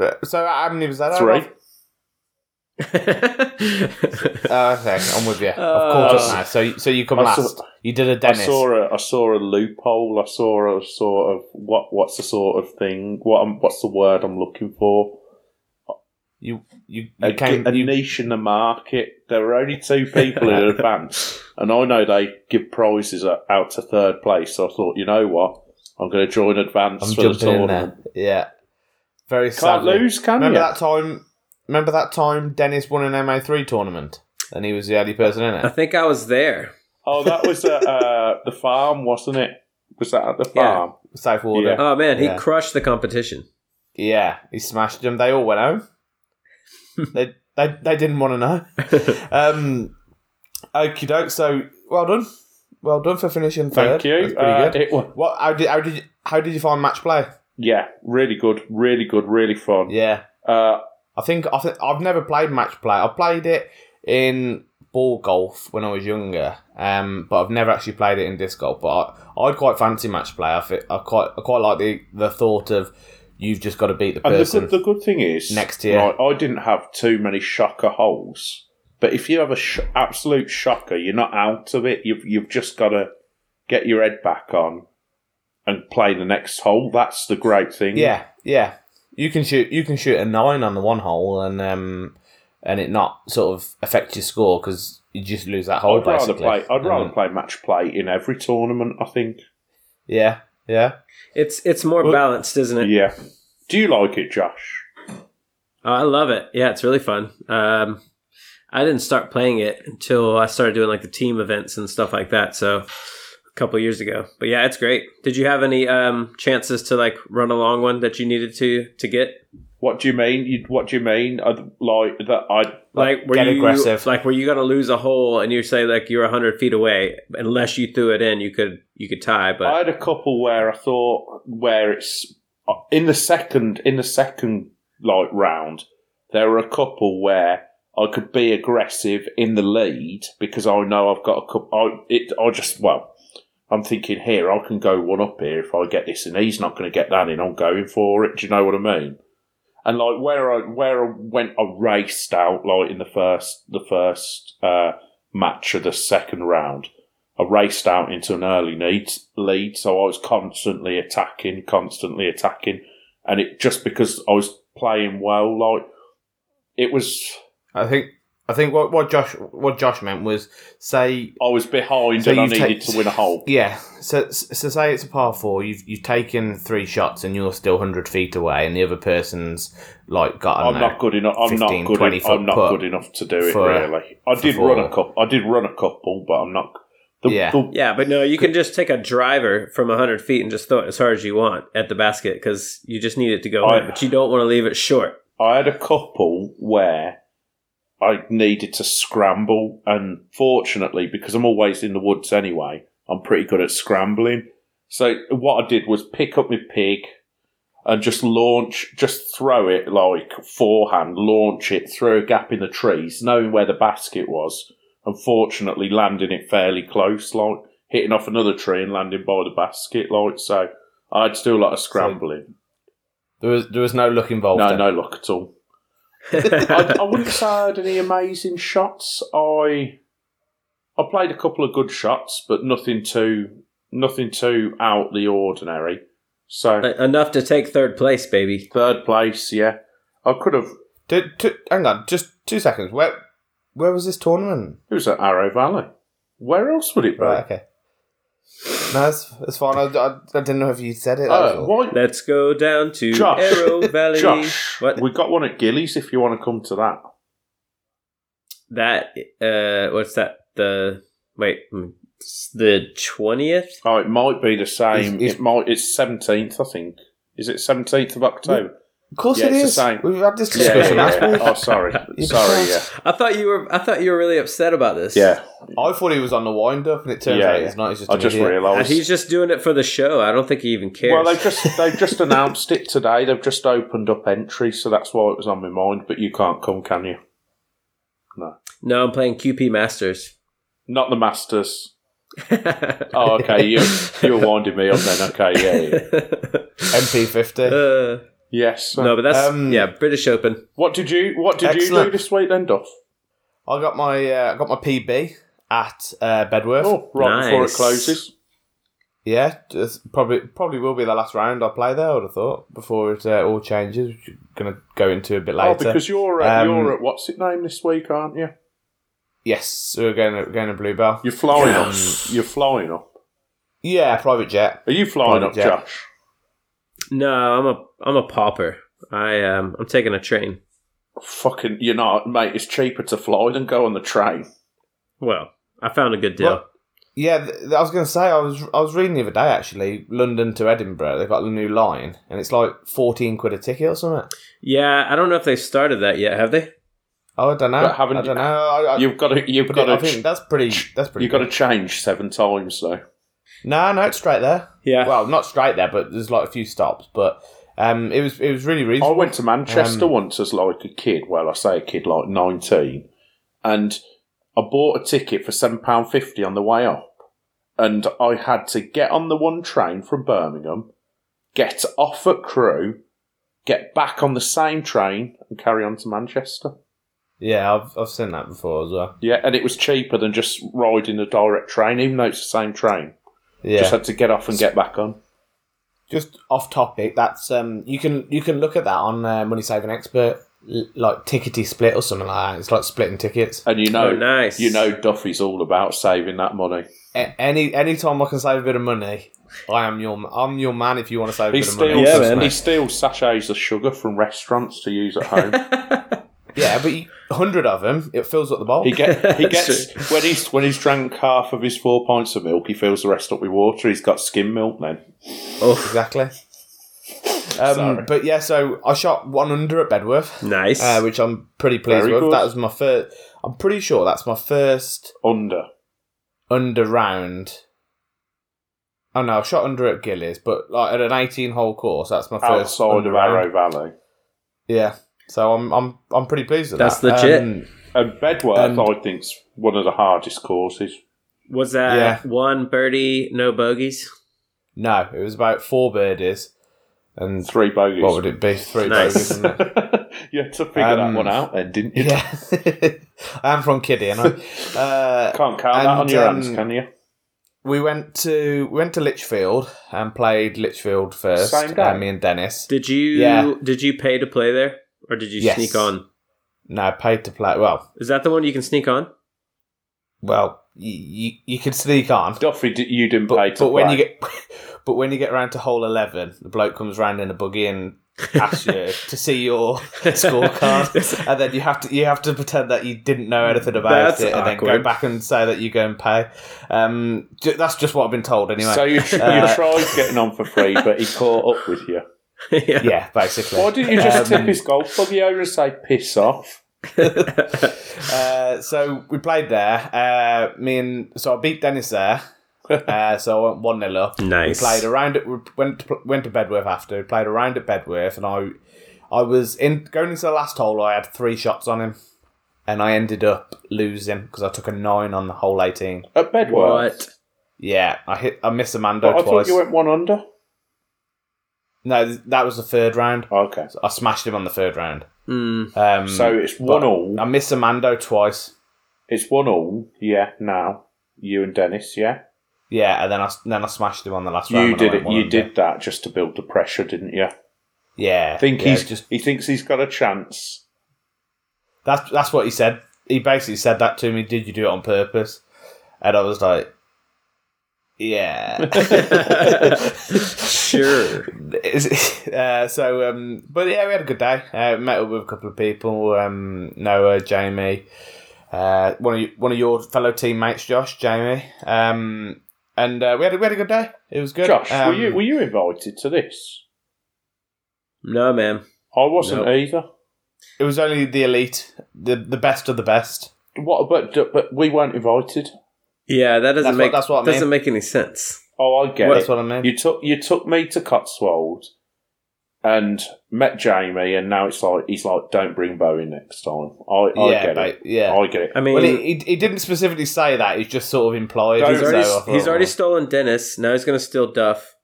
Speaker 2: uh, so how many was that?
Speaker 4: Three.
Speaker 2: I've- Uh, okay, I'm with you.
Speaker 3: Uh,
Speaker 2: I've caught up now. So so you come
Speaker 4: I saw-
Speaker 2: last. you did a
Speaker 4: I
Speaker 2: Dennis.
Speaker 4: saw a I saw a loophole. I saw a sort of what what's the sort of thing? What I'm, what's the word I'm looking for?
Speaker 2: you you, you
Speaker 4: A,
Speaker 2: came.
Speaker 4: a
Speaker 2: you-
Speaker 4: niche in the market. There were only two people in advance, and I know they give prizes out to third place. So I thought, you know what, I'm going to join advance
Speaker 2: I'm
Speaker 4: for the
Speaker 2: jumping in
Speaker 4: tournament.
Speaker 2: there. Yeah, very
Speaker 4: Can't
Speaker 2: sadly.
Speaker 4: lose, can
Speaker 2: Remember
Speaker 4: you?
Speaker 2: that time? Remember that time Dennis won an MA3 tournament, and he was the only person in
Speaker 3: I
Speaker 2: it.
Speaker 3: think I was there.
Speaker 4: Oh, that was at uh, the farm, wasn't it? Was that at the
Speaker 3: Yeah.
Speaker 4: farm?
Speaker 2: South Warder.
Speaker 3: Oh man, he
Speaker 2: Yeah.
Speaker 3: crushed the competition.
Speaker 2: Yeah, he smashed them. They all went home. they, they they didn't want to know. Um, okie doke. So well done, well done for finishing third.
Speaker 4: Thank you.
Speaker 2: That's pretty
Speaker 4: Uh,
Speaker 2: good.
Speaker 4: It was
Speaker 2: What? How did how did you, how did you find match play?
Speaker 4: Yeah, really good, really good, really fun.
Speaker 2: Yeah,
Speaker 4: Uh,
Speaker 2: I think I think I've never played match play. I played it in ball golf when I was younger, um, but I've never actually played it in disc golf. But I, I quite fancy match play. I, thi- I quite I quite like the the thought of you've just got to beat the
Speaker 4: and the
Speaker 2: person.
Speaker 4: good, the good thing is,
Speaker 2: Next year.
Speaker 4: right, I didn't have too many shocker holes, but if you have a sh- absolute shocker, you're not out of it. You've you've just got to get your head back on and play the next hole. That's the great thing.
Speaker 2: Yeah, yeah. You can shoot. You can shoot a nine on the one hole, and um, and it not sort of affect your score because you just lose that hole.
Speaker 4: I'd rather
Speaker 2: basically.
Speaker 4: play. I'd rather
Speaker 2: Um,
Speaker 4: play match play in every tournament. I think.
Speaker 2: Yeah, yeah.
Speaker 3: It's it's more
Speaker 2: Well-
Speaker 3: balanced, isn't it?
Speaker 4: Yeah. Do you like it, Josh?
Speaker 3: Oh, I love it. Yeah, it's really fun. Um, I didn't start playing it until I started doing like the team events and stuff like that. So a couple years ago. But yeah, it's great. Did you have any um, chances to like run a long one that you needed to to get?
Speaker 4: What do you mean? You, what do you mean? I, like that? I
Speaker 3: Like were
Speaker 2: get
Speaker 3: you
Speaker 2: aggressive.
Speaker 3: like were you gonna lose a hole and you say like you're hundred feet away unless you threw it in you could you could tie but
Speaker 4: I had a couple where I thought where it's uh, in the second in the second like round there were a couple where I could be aggressive in the lead because I know I've got a couple. I it I just well I'm thinking here I can go one up here if I get this and he's not going to get that in. I'm going for it. Do you know what I mean? And like where I where I went, I raced out like in the first the first uh, match of the second round. I raced out into an early need, lead, so I was constantly attacking, constantly attacking, and it just because I was playing well, like it was,
Speaker 2: I think I think what, what Josh what Josh meant was say
Speaker 4: I was behind
Speaker 2: So
Speaker 4: and I
Speaker 2: you've
Speaker 4: needed
Speaker 2: ta-
Speaker 4: to win a hole.
Speaker 2: yeah. So so say it's a par four. You've you've taken three shots and you're still hundred feet away, and the other person's like got I don't
Speaker 4: I'm
Speaker 2: know,
Speaker 4: not good enough. I'm
Speaker 2: 15,
Speaker 4: not good.
Speaker 2: 20
Speaker 4: en- I'm
Speaker 2: foot
Speaker 4: not
Speaker 2: putt
Speaker 4: good enough to do it.
Speaker 2: for-
Speaker 4: really, I
Speaker 2: for
Speaker 4: did
Speaker 2: four.
Speaker 4: run a couple. I did run a couple, but I'm not. The,
Speaker 2: Yeah.
Speaker 4: the-
Speaker 3: yeah but no you can just take a driver from hundred feet and just throw it as hard as you want at the basket because you just need it to go
Speaker 2: Oh,
Speaker 4: I-
Speaker 3: in but you don't want to leave it short
Speaker 4: I had a couple where I needed to scramble, and fortunately, because I'm always in the woods anyway, I'm pretty good at scrambling. So what I did was pick up my pig and just launch, just throw it like forehand, launch it through a gap in the trees, knowing where the basket was, and fortunately landing it fairly close, like hitting off another tree and landing by the basket, like so. I had to do a lot of scrambling.
Speaker 2: There was there was no luck involved.
Speaker 4: no,
Speaker 2: then.
Speaker 4: no luck at all. I, I wouldn't say I had any amazing shots. I I played a couple of good shots, but nothing too nothing too out the ordinary. So
Speaker 3: Uh, enough to take third place baby
Speaker 4: third place, yeah. I could have.
Speaker 2: Do, do, hang on, just two seconds. Where where was this tournament?
Speaker 4: It was at Arrow Valley. Where else would it be?
Speaker 2: Right. Okay. No, that's, that's fine. I, I, I didn't know if you said it. that was
Speaker 4: Oh,
Speaker 2: all.
Speaker 4: why-
Speaker 3: let's go down to
Speaker 4: Josh.
Speaker 3: Arrow Valley
Speaker 4: Josh,
Speaker 3: what
Speaker 4: we got one at Gillies. If you want to come to that,
Speaker 3: that uh what's that the wait hmm, it's the 20th
Speaker 4: oh, it might be the same.
Speaker 2: Is- is-
Speaker 4: it might. It's seventeenth, I think. Is it seventeenth of October?
Speaker 2: Of course
Speaker 4: Yeah,
Speaker 2: it
Speaker 4: it's the
Speaker 2: is.
Speaker 4: same.
Speaker 2: We've had this
Speaker 3: Yeah,
Speaker 2: discussion last week.
Speaker 4: Oh, sorry, sorry. Yeah,
Speaker 3: i thought you were i thought you were really upset about this
Speaker 4: yeah.
Speaker 2: I thought he was on the wind up, and it turns
Speaker 4: Yeah,
Speaker 2: out
Speaker 4: yeah.
Speaker 2: he's not. He's just
Speaker 4: I
Speaker 2: an
Speaker 4: just
Speaker 2: idiot.
Speaker 3: And
Speaker 4: realised
Speaker 3: Uh, he's just doing it for the show. I don't think he even cares.
Speaker 4: Well, they've just they've just announced it today. They've just opened up entry, so that's why it was on my mind. But you can't come, can you?
Speaker 3: no, I'm playing QP Masters. Uh,
Speaker 4: Not the Masters. Oh, okay. You you're winding me up then. Okay, yeah, yeah.
Speaker 2: MP50.
Speaker 3: Uh,
Speaker 4: yes.
Speaker 3: no, but that's
Speaker 2: Um,
Speaker 3: yeah, British Open.
Speaker 4: what did you What did you do
Speaker 2: Excellent.
Speaker 4: this week then, Duff?
Speaker 2: I got my uh, I got my PB at uh, Bedworth.
Speaker 4: Oh, right before it
Speaker 3: Nice.
Speaker 4: closes.
Speaker 2: Yeah, just probably probably will be the last round I play there. I would have thought before it uh, all changes, which we're gonna go into a bit later.
Speaker 4: Oh, because you're at,
Speaker 2: Um,
Speaker 4: you're at what's it name this week, aren't you?
Speaker 2: yes, we're going to, going to Bluebell.
Speaker 4: You're flying up. You're flying up.
Speaker 2: Yeah, private jet.
Speaker 4: Are you flying
Speaker 2: Flying
Speaker 4: up,
Speaker 2: jet.
Speaker 4: Josh?
Speaker 3: No, I'm a I'm a pauper. I um I'm taking a train.
Speaker 4: Fucking, you're not, mate. It's cheaper to fly than go on the train.
Speaker 3: Well, I found a good deal.
Speaker 2: Well- Yeah, th- th- I was going to say I was I was reading the other day actually London to Edinburgh. They've got a new line, and it's like fourteen quid a ticket or something.
Speaker 3: yeah, I don't know if they started that yet. Have they?
Speaker 2: Oh, I don't know.
Speaker 4: But haven't
Speaker 2: I
Speaker 4: you-
Speaker 2: don't know. I, I,
Speaker 4: You've got to. You've
Speaker 2: but
Speaker 4: got
Speaker 2: I
Speaker 4: to.
Speaker 2: think that's pretty. That's pretty.
Speaker 4: You've got to
Speaker 2: good.
Speaker 4: change seven times though.
Speaker 2: No, no, it's straight there.
Speaker 3: Yeah.
Speaker 2: Well, not straight there, but there's like a few stops. But um, it was it was really
Speaker 4: I
Speaker 2: reasonable.
Speaker 4: went to Manchester
Speaker 2: Um,
Speaker 4: once as like a kid. Well, I say a kid, like nineteen, and I bought a ticket for seven pound fifty on the way up, and I had to get on the one train from Birmingham, get off at Crewe, get back on the same train, and carry on to Manchester. Oh.
Speaker 2: Yeah, I've I've seen that before as well.
Speaker 4: Yeah, and it was cheaper than just riding a direct train, even though it's the same train.
Speaker 2: Yeah.
Speaker 4: Just had to get off and get back on.
Speaker 2: just off topic that's um you can you can look at that on uh, money saving expert l- like tickety split or something like that it's like splitting tickets
Speaker 4: And you know,
Speaker 3: Oh, nice.
Speaker 4: you know, Duffy's all about saving that money.
Speaker 2: A- any any time i can save a bit of money i am your i'm your man if you want to save a
Speaker 4: He
Speaker 2: bit of money
Speaker 4: steals,
Speaker 3: Yeah, man.
Speaker 4: he steals sachets of sugar from restaurants to use at home.
Speaker 2: yeah but you, hundred of them, it fills up the bowl.
Speaker 4: He, get, he
Speaker 3: That's
Speaker 4: gets when he's when he's drank half of his four pints of milk, he fills the rest up with water. He's got skim milk then.
Speaker 2: exactly. Um,
Speaker 4: Sorry.
Speaker 2: but yeah, so I shot one under at Bedworth,
Speaker 3: Nice.
Speaker 2: uh, which I'm pretty pleased
Speaker 4: Very
Speaker 2: with.
Speaker 4: good.
Speaker 2: That was my first. I'm pretty sure that's my first
Speaker 4: Under.
Speaker 2: under round. Oh no, I shot under at Gillies, but like at an 18 hole course, that's my first
Speaker 4: outside
Speaker 2: under
Speaker 4: of
Speaker 2: round.
Speaker 4: Arrow Valley.
Speaker 2: Yeah, so I'm I'm I'm pretty pleased with
Speaker 3: That's
Speaker 2: that.
Speaker 3: legit.
Speaker 2: Um,
Speaker 4: And Bedworth,
Speaker 2: And-
Speaker 4: I think's one of the hardest courses.
Speaker 3: was that
Speaker 2: yeah.
Speaker 3: one birdie, no bogeys?
Speaker 2: no, it was about four birdies, and
Speaker 4: Three bogeys.
Speaker 2: what would it be? Three
Speaker 3: Nice.
Speaker 2: bogeys. wouldn't it?
Speaker 4: you had to figure
Speaker 2: Um,
Speaker 4: that one out then, didn't you?
Speaker 2: Yeah, I'm from Kiddie, and I, uh,
Speaker 4: Can't count
Speaker 2: And,
Speaker 4: that on your
Speaker 2: um,
Speaker 4: hands, can you?
Speaker 2: we went to we went to Litchfield and played Litchfield first.
Speaker 4: Same day.
Speaker 2: uh, me and Dennis.
Speaker 3: Did you
Speaker 2: Yeah.
Speaker 3: did you pay to play there, or did you
Speaker 2: Yes.
Speaker 3: sneak on?
Speaker 2: No, paid to play. Well,
Speaker 3: Is that the one you can sneak on?
Speaker 2: well, you you, you could sneak on,
Speaker 4: Duffy, d- you didn't
Speaker 2: but,
Speaker 4: pay to
Speaker 2: but when
Speaker 4: play.
Speaker 2: you get but when you get round to hole eleven, the bloke comes round in a buggy and asks you to see your scorecard, and then you have to you have to pretend that you didn't know anything about
Speaker 3: That's
Speaker 2: it, and then go
Speaker 3: awkward.
Speaker 2: back and say that you go and pay. Um, ju- that's just what I've been told anyway.
Speaker 4: so you, tr-
Speaker 2: Uh,
Speaker 4: you tried getting on for free, but he caught up with you.
Speaker 3: yeah.
Speaker 2: yeah, basically.
Speaker 4: Why didn't you just
Speaker 2: Um,
Speaker 4: tip his golf club you and say piss off?
Speaker 2: Uh, so we played there. Uh, me and so I beat Dennis there. Uh, so I went one 0 up.
Speaker 3: Nice.
Speaker 2: We played around at we went to, pl- went to Bedworth after. We played around at Bedworth, and I I was in going into the last hole. I had three shots on him, and I ended up losing because I took a nine on the hole eighteen.
Speaker 4: At Bedworth.
Speaker 3: What?
Speaker 2: Yeah, I hit I missed Amando
Speaker 4: But I
Speaker 2: twice.
Speaker 4: thought you went one under.
Speaker 2: no, th- that was the third round.
Speaker 4: Okay.
Speaker 2: I smashed him on the third round.
Speaker 3: Mm,
Speaker 2: Um,
Speaker 4: So it's one
Speaker 2: but
Speaker 4: all.
Speaker 2: I missed Amando twice.
Speaker 4: It's one all. Yeah. Now you and Dennis. Yeah.
Speaker 2: Yeah, and then I s- then I smashed him on the last round.
Speaker 4: You
Speaker 2: and I
Speaker 4: did
Speaker 2: went
Speaker 4: it.
Speaker 2: one
Speaker 4: You
Speaker 2: under.
Speaker 4: did that just to build the pressure, didn't you?
Speaker 2: Yeah,
Speaker 4: Think
Speaker 2: yeah,
Speaker 4: he's
Speaker 2: just
Speaker 4: just. He thinks he's got a chance.
Speaker 2: that's that's what he said. He basically said that to me. Did you do it on purpose? And I was like, yeah.
Speaker 3: sure.
Speaker 2: Is- uh, so, um, but yeah, we had a good day. Uh, met up with a couple of people. Um, Noah, Jamie, uh, one of you, one of your fellow teammates, Josh, Jamie. Um, and uh, we had a, we had a good day. It was good.
Speaker 4: Josh,
Speaker 2: Um,
Speaker 4: were you were you invited to this?
Speaker 3: No, man.
Speaker 4: I wasn't
Speaker 3: No.
Speaker 4: either.
Speaker 2: It was only the elite, the the best of the best.
Speaker 4: What? But but we weren't invited.
Speaker 3: Yeah, that doesn't
Speaker 2: That's what-
Speaker 3: make
Speaker 2: that's what I
Speaker 3: doesn't
Speaker 2: mean.
Speaker 3: make any sense.
Speaker 4: Oh, I get
Speaker 2: That's
Speaker 4: it.
Speaker 2: what I mean.
Speaker 4: You took you took me to Cotswold and met Jamie, and now it's like he's like, don't bring Bowie next time. I, I
Speaker 2: yeah,
Speaker 4: get
Speaker 2: ba-
Speaker 4: it.
Speaker 2: yeah.
Speaker 4: I get it.
Speaker 3: I mean,
Speaker 2: well, he, he, he didn't specifically say that. He's just sort of implied.
Speaker 4: He's
Speaker 3: he's
Speaker 2: so
Speaker 3: already
Speaker 2: I thought,
Speaker 3: he's already
Speaker 2: well,
Speaker 3: stolen Dennis. Now he's going to steal Duff.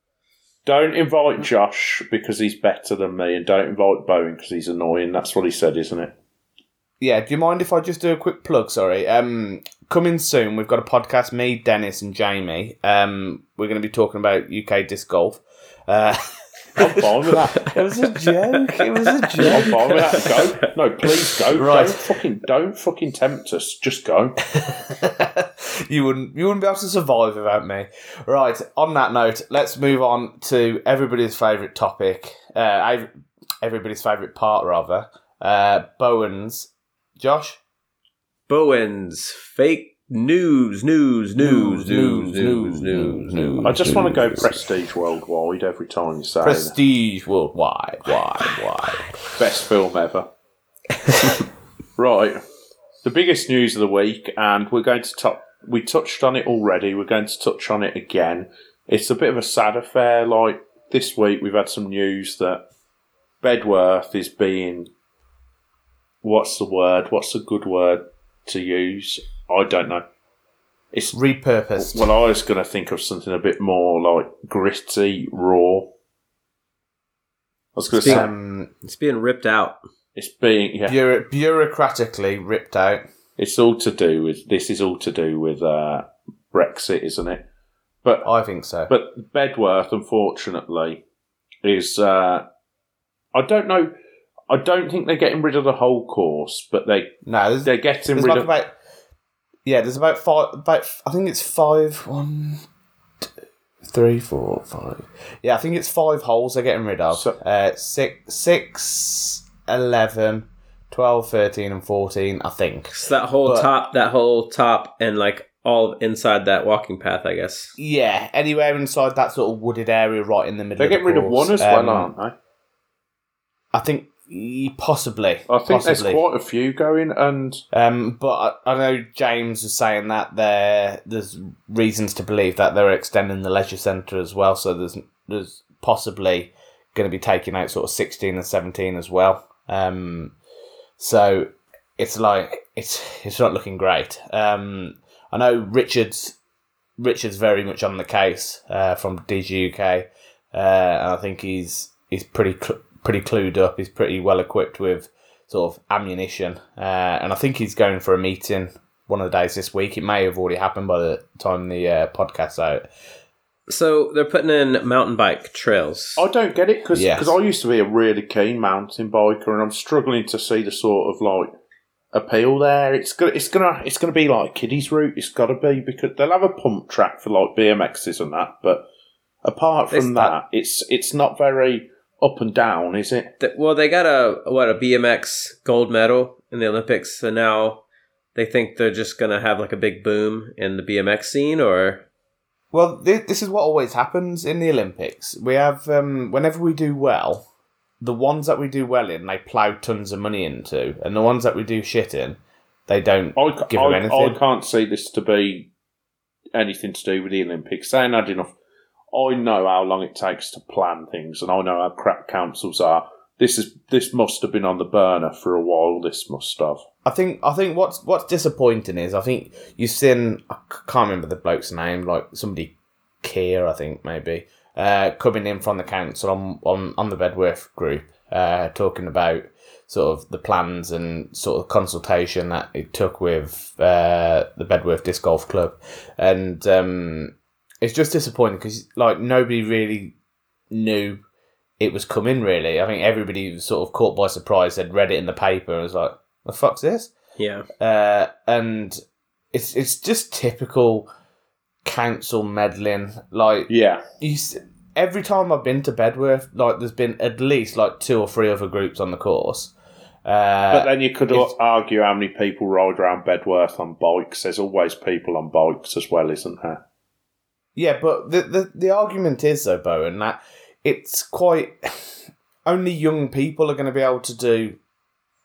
Speaker 4: Don't invite Josh because he's better than me, and don't invite Bowen because he's annoying. That's what he said, isn't it?
Speaker 2: yeah. Do you mind if I just do a quick plug? Sorry. Um, coming soon. We've got a podcast. Me, Dennis, and Jamie. Um, we're going to be talking about UK disc golf. Uh,
Speaker 4: I'm fine with that.
Speaker 2: it was a joke. It was a
Speaker 4: I'm
Speaker 2: joke.
Speaker 4: fine with that. Go. No, please go.
Speaker 2: Right.
Speaker 4: Don't fucking don't fucking tempt us. Just go.
Speaker 2: you wouldn't. You wouldn't be able to survive without me. Right. On that note, let's move on to everybody's favourite topic. Uh, I, everybody's favourite part, rather. Uh, Bowen's. Josh.
Speaker 3: Bowen's fake news, news, news, news, news, news, news.
Speaker 4: I just want to go prestige worldwide every time you say that.
Speaker 2: Prestige worldwide, wide, wide.
Speaker 4: best film ever. right, the biggest news of the week, and we're going to top. We touched on it already. We're going to touch on it again. It's a bit of a sad affair. Like this week, we've had some news that Bedworth is being. What's the word? What's a good word to use? I don't know. It's
Speaker 2: Repurposed.
Speaker 4: well, I was going to think of something a bit more like gritty, raw. I was going to
Speaker 3: Speak-
Speaker 4: say
Speaker 2: Um,
Speaker 3: It's being ripped out.
Speaker 4: it's being yeah,
Speaker 2: bureau- bureaucratically ripped out.
Speaker 4: it's all to do with this is all to do with uh, Brexit, isn't it? But
Speaker 2: I think so.
Speaker 4: but Bedworth, unfortunately, is uh, I don't know. I don't think they're getting rid of the whole course, but they
Speaker 2: no, there's,
Speaker 4: they're getting
Speaker 2: there's
Speaker 4: rid
Speaker 2: like
Speaker 4: of
Speaker 2: about. Yeah, there's about five. About f- I think it's five. One, two, three, four, five. Yeah, I think it's five holes they're getting rid of.
Speaker 4: So-
Speaker 2: uh, six, six, Uh, eleven, 12, 13, and 14, I think.
Speaker 3: It's that whole
Speaker 2: But-
Speaker 3: top, that whole top, and like all inside that walking path, I guess.
Speaker 2: Yeah, anywhere inside that sort of wooded area right in the middle
Speaker 4: They're getting rid of
Speaker 2: course.
Speaker 4: one as
Speaker 2: Um,
Speaker 4: well, aren't they?
Speaker 2: I think y- possibly.
Speaker 4: I think
Speaker 2: possibly.
Speaker 4: there's quite a few going, and
Speaker 2: Um, but I, I know James was saying that there there's reasons to believe that they're extending the leisure centre as well. So there's there's possibly going to be taking out sort of sixteen and seventeen as well. Um, so it's like it's it's not looking great. Um, I know Richards Richards very much on the case uh, from DG UK, uh, and I think he's he's pretty cl- pretty clued up. He's pretty well equipped with sort of ammunition, uh, and I think he's going for a meeting one of the days this week. It may have already happened by the time the uh, podcast's out.
Speaker 3: So they're putting in mountain bike trails.
Speaker 2: Oh.
Speaker 4: I don't get it because
Speaker 2: Yes.
Speaker 4: I used to be a really keen mountain biker, and I'm struggling to see the sort of like appeal there. It's gonna, it's gonna, it's gonna be like a kiddie's route. It's got to be because they'll have a pump track for like BMXs and that, but apart from
Speaker 3: It's
Speaker 4: that, it's it's not very up and down, is it?
Speaker 3: Th- well, they got a what a BMX gold medal in the Olympics, so now they think they're just gonna have like a big boom in the BMX scene, or
Speaker 2: Well, th- this is what always happens in the Olympics. We have um, whenever we do well, the ones that we do well in, they plow tons of money into, and the ones that we do shit in, they don't.
Speaker 4: I, ca-
Speaker 2: Give 'em
Speaker 4: I,
Speaker 2: anything.
Speaker 4: I can't see this to be anything to do with the Olympics. Saying that enough, I know how long it takes to plan things, and I know how crap councils are. This is this must have been on the burner for a while. This must have.
Speaker 2: I think I think what's what's disappointing is I think you've seen I c- can't remember the bloke's name like somebody Keir I think maybe uh, coming in from the council on on, on the Bedworth group uh, talking about sort of the plans and sort of consultation that it took with uh, the Bedworth Disc Golf Club and um, it's just disappointing because like nobody really knew it was coming really I think everybody was sort of caught by surprise they'd read it in the paper and was like the fuck's this?
Speaker 3: yeah,
Speaker 2: Uh, and it's it's just typical council meddling. Like
Speaker 4: Yeah,
Speaker 2: you, s- every time I've been to Bedworth, like there's been at least like two or three other groups on the course.
Speaker 4: but
Speaker 2: Uh,
Speaker 4: then you could
Speaker 2: it's-
Speaker 4: argue how many people ride around Bedworth on bikes. There's always people on bikes as well, isn't there?
Speaker 2: yeah, but the, the the argument is though, Bowen, that it's quite only young people are going to be able to do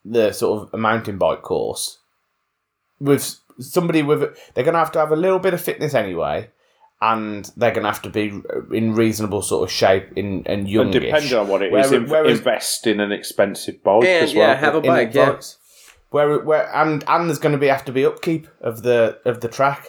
Speaker 2: the sort of a mountain bike course with somebody with they're going to have to have a little bit of fitness anyway and they're going to have to be in reasonable sort of shape in and
Speaker 4: And
Speaker 2: youngish.
Speaker 4: depending on what it is,
Speaker 2: Whereas-
Speaker 4: in-
Speaker 2: whereas-
Speaker 4: invest in an expensive bike
Speaker 3: and
Speaker 4: as well.
Speaker 3: yeah, have a
Speaker 2: in
Speaker 3: bike, yeah.
Speaker 2: advance. Where where and and there's going to be have to be upkeep of the of the track,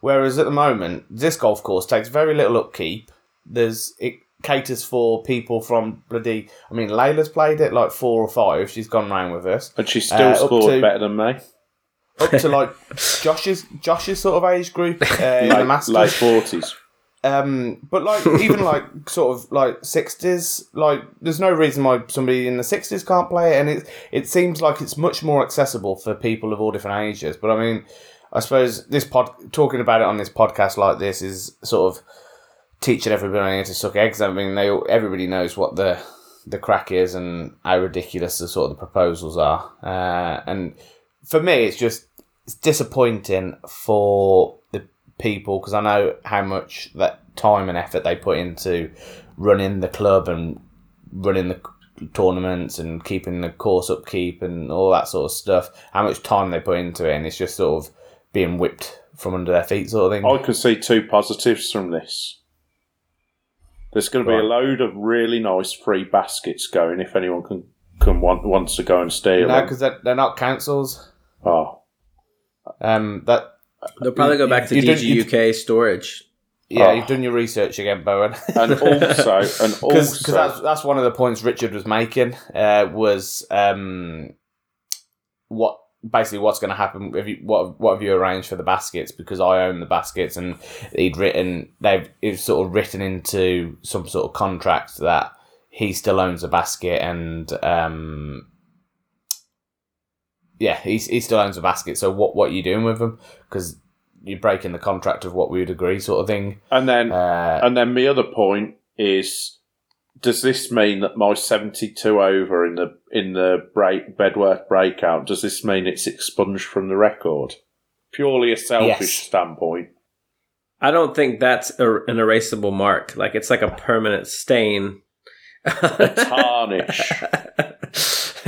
Speaker 2: whereas at the moment this golf course takes very little upkeep. There's it caters for people from bloody. I mean, Layla's played it like four or five. She's gone round with us
Speaker 4: and she still
Speaker 2: uh, up
Speaker 4: scored
Speaker 2: to-
Speaker 4: better than me.
Speaker 2: up to like Josh's Josh's sort of age group uh, in the
Speaker 4: Late, late
Speaker 2: Masters.
Speaker 4: 40s.
Speaker 2: Um, but like even like sort of like sixties, like there's no reason why somebody in the sixties can't play it, and it it seems like it's much more accessible for people of all different ages. But I mean, I suppose this pod talking about it on this podcast like this is sort of teaching everybody how to suck eggs. I mean, they all- everybody knows what the the crack is and how ridiculous the sort of the proposals are. Uh, and for me, it's just it's disappointing for the people because I know how much that time and effort they put into running the club and running the c- tournaments and keeping the course upkeep and all that sort of stuff. How much time they put into it, and it's just sort of being whipped from under their feet, sort of thing.
Speaker 4: I can see two positives from this. There's going to be a load of really nice free baskets going if anyone can, can want, wants to go and steal
Speaker 2: no,
Speaker 4: them.
Speaker 2: because they're, they're not councils.
Speaker 4: Oh,
Speaker 2: Um, that
Speaker 3: They'll probably go back to
Speaker 2: You don't-
Speaker 3: DG
Speaker 2: you-
Speaker 3: UK storage.
Speaker 2: yeah,
Speaker 4: Oh.
Speaker 2: you've done your research again, Bowen.
Speaker 4: and also, and
Speaker 2: because
Speaker 4: also,
Speaker 2: that's that's one of the points Richard was making uh, was um, what basically what's going to happen if you, what what have you arranged for the baskets because I own the baskets and he'd written they've it's sort of written into some sort of contract that he still owns the basket and um, yeah he he still owns the basket so what what are you doing with them because you're breaking the Uh, contract of what we would agree sort of thing
Speaker 4: and then
Speaker 2: uh,
Speaker 4: And then my other point is does this mean that my 72 over in the in the break, Bedworth breakout does this mean it's expunged from the record? Purely a selfish
Speaker 2: Yes.
Speaker 4: standpoint.
Speaker 3: I don't think that's er- an erasable mark. Like it's like a permanent stain.
Speaker 4: Tarnish.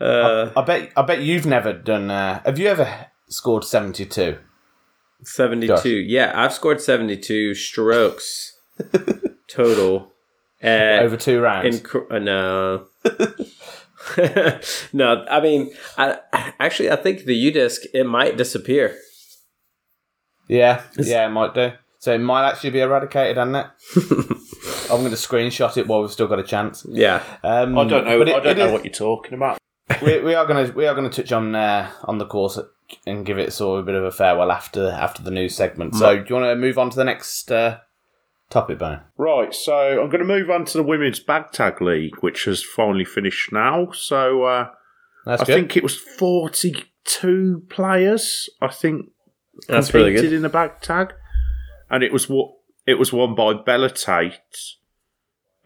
Speaker 3: uh,
Speaker 2: I bet I bet you've never done. Uh, have you ever scored seventy two?
Speaker 3: 72.
Speaker 2: Josh.
Speaker 3: Yeah, I've scored 72 strokes total. Uh,
Speaker 2: over two rounds.
Speaker 3: in, cr- uh, no. no, I mean, I, actually, I think the U disc, it might disappear.
Speaker 2: yeah, yeah, it might do. So it might actually be eradicated, hasn't it? I'm going to screenshot it while we've still got a chance.
Speaker 3: Yeah.
Speaker 2: Um,
Speaker 4: I don't know.
Speaker 2: but it-
Speaker 4: I
Speaker 2: it
Speaker 4: don't know
Speaker 2: is-
Speaker 4: what you're talking about.
Speaker 2: we, we are going to we are going to touch on uh, on the course and give it sort of a bit of a farewell after after the news segment. So do you want to move on to the next uh, topic, Bone?
Speaker 4: Right, so I'm going to move on to the Women's Bag Tag League, which has finally finished now. So uh,
Speaker 2: That's
Speaker 4: I
Speaker 2: good.
Speaker 4: think it was 42 players. I think
Speaker 3: That's really
Speaker 4: competed
Speaker 3: good.
Speaker 4: in the bag tag, and it was what it was won by Bella Tate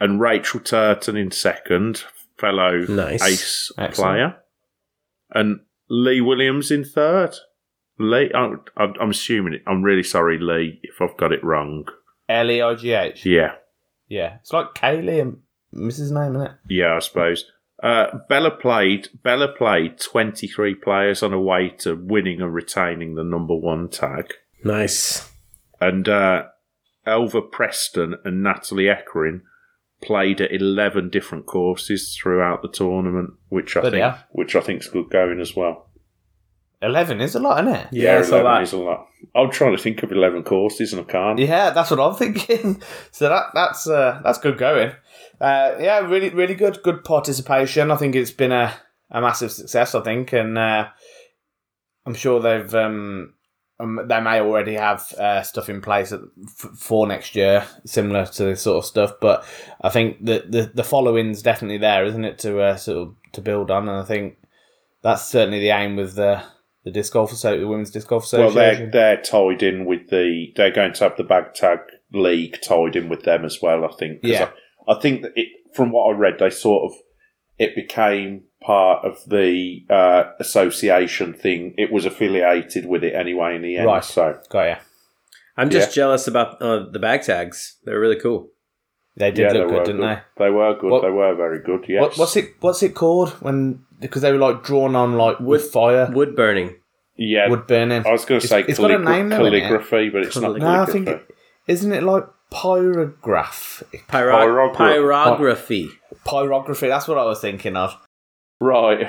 Speaker 4: and Rachel Turton in second, fellow
Speaker 3: Nice.
Speaker 4: ace
Speaker 2: Excellent.
Speaker 4: player, and Lee Williams in third. Lee, I'm, I'm I'm assuming it. I'm really sorry, Lee, if I've got it wrong.
Speaker 2: L e i g h.
Speaker 4: Yeah,
Speaker 2: Yeah, it's like Kaylee and Mrs. Name, isn't it?
Speaker 4: yeah, I suppose. Uh, Bella played. Bella played 23 players on a way to winning and retaining the number one tag.
Speaker 3: Nice.
Speaker 4: And uh, Elva Preston and Natalie Eckering played at eleven different courses throughout the tournament, which I
Speaker 2: Bloody
Speaker 4: think
Speaker 2: hell.
Speaker 4: which I think's good going as well.
Speaker 2: Eleven is a lot, isn't it?
Speaker 3: Yeah, it's a
Speaker 4: 11
Speaker 3: lot.
Speaker 4: is a lot. I'm trying to think of eleven courses and I can't.
Speaker 2: Yeah, that's what I'm thinking. So that that's uh, that's good going. Uh, yeah, really, really good, good participation. I think it's been a, a massive success. I think, and uh, I'm sure they've um, um, they may already have uh, stuff in place at, f- for next year, similar to this sort of stuff. But I think the the, the following's definitely there, isn't it? To uh, sort of to build on, and I think that's certainly the aim with the the disc golf Asso- the women's disc golf
Speaker 4: Well,
Speaker 2: association.
Speaker 4: they're they're tied in with the. They're going to have the bag tag league tied in with them as well. I think. 'Cause
Speaker 2: Yeah.
Speaker 4: I, I think that it from what I read, they sort of it became part of the uh, association thing. It was affiliated with it anyway in the end.
Speaker 2: Right.
Speaker 4: So
Speaker 2: Got ya.
Speaker 3: I'm just jealous about uh, the bag tags. They're really cool.
Speaker 2: They did
Speaker 4: yeah,
Speaker 2: look
Speaker 4: they
Speaker 2: good,
Speaker 4: were
Speaker 2: didn't they?
Speaker 4: They were good.
Speaker 2: What-
Speaker 4: they were very good. Yes.
Speaker 2: What, what's it? What's it called when? Because they were like drawn on like with fire,
Speaker 3: Wood burning.
Speaker 4: Yeah.
Speaker 2: wood burning.
Speaker 4: I was going to
Speaker 2: It's-
Speaker 4: say
Speaker 2: it's got a
Speaker 4: calligra-
Speaker 2: name though, innit?
Speaker 4: calligraphy, but it's not
Speaker 3: Callig-
Speaker 2: No, I
Speaker 4: calligraphy.
Speaker 2: think isn't it like pyrograph?
Speaker 3: Pyro-
Speaker 4: Pyrogra-
Speaker 3: pyrography.
Speaker 2: Pyrography. That's what I was thinking of.
Speaker 4: Right.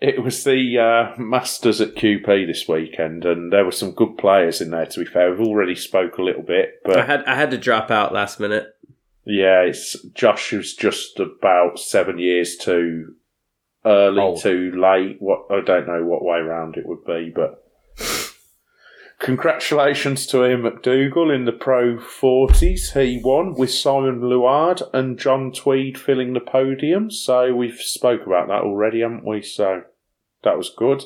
Speaker 4: It was the uh, Masters at QP this weekend, and there were some good players in there. To be fair, we've already spoke a little bit,
Speaker 3: I
Speaker 4: but
Speaker 3: had I had to drop out last minute.
Speaker 4: yeah, it's Josh who's just about seven years too early,
Speaker 2: Old.
Speaker 4: too late. What I don't know what way round it would be, but congratulations to Ian McDougall in the Pro Forties. He won with Simon Luard and John Tweed filling the podium. So we've spoke about that already, haven't we? So that was good.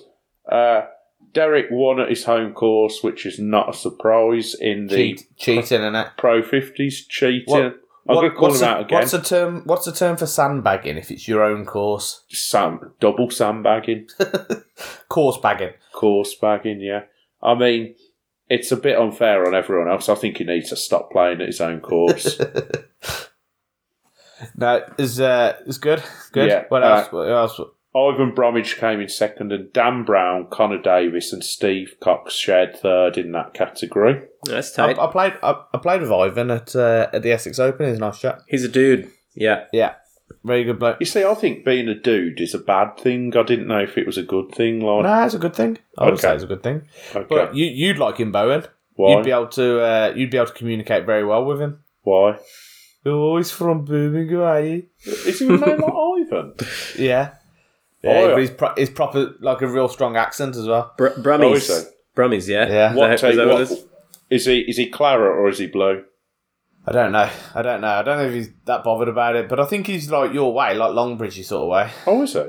Speaker 4: Uh, Derek won at his home course, which is not a surprise in the
Speaker 2: Cheat, cheating and it.
Speaker 4: Pro 50s, cheating.
Speaker 2: What-
Speaker 4: I'm going
Speaker 2: What-
Speaker 4: to call
Speaker 2: what's
Speaker 4: him
Speaker 2: the-
Speaker 4: out again.
Speaker 2: What's the term? What's the term for sandbagging if it's your own course?
Speaker 4: Sam, double sandbagging,
Speaker 2: Course bagging.
Speaker 4: course bagging, yeah. I mean, it's a bit unfair on everyone else. I think he needs to stop playing at his own course.
Speaker 2: No, is uh, is good. Good.
Speaker 4: Yeah,
Speaker 2: what
Speaker 4: uh,
Speaker 2: else? what else?
Speaker 4: Ivan Bromwich came in second, and Dan Brown, Connor Davis, and Steve Cox shared third in that category.
Speaker 3: That's
Speaker 2: I,
Speaker 3: tight.
Speaker 2: I played. I, I played with Ivan at uh, at the Essex Open. He's a nice chap.
Speaker 3: He's a dude. Yeah.
Speaker 2: Yeah, very good bloke.
Speaker 4: You see, I think being a dude is a bad thing. I didn't know if it was a good thing. Like,
Speaker 2: No, it's a good thing. I would
Speaker 4: Okay.
Speaker 2: say it's a good thing.
Speaker 4: okay,
Speaker 2: But you, you'd like him, Bowen.
Speaker 4: why?
Speaker 2: You'd be able to. Uh, you'd be able to communicate very well with him.
Speaker 4: why?
Speaker 2: You're always from Birmingham, are you?
Speaker 4: Is he a name like Ivan?
Speaker 2: Yeah.
Speaker 4: Oh,
Speaker 2: Yeah,
Speaker 4: yeah.
Speaker 2: but he's, pro- he's proper like a real strong accent as well.
Speaker 3: Br- Brummies.
Speaker 4: Oh, is he?
Speaker 3: Brummies, yeah.
Speaker 2: Yeah.
Speaker 3: Is
Speaker 4: What,
Speaker 3: that- is that
Speaker 4: take-
Speaker 3: what
Speaker 4: what-
Speaker 3: it is?
Speaker 4: is he? Is he Clara or is he blue?
Speaker 2: I don't know. I don't know. I don't know if he's that bothered about it, but I think he's like your way, like Longbridgey sort of way.
Speaker 4: Oh, is he?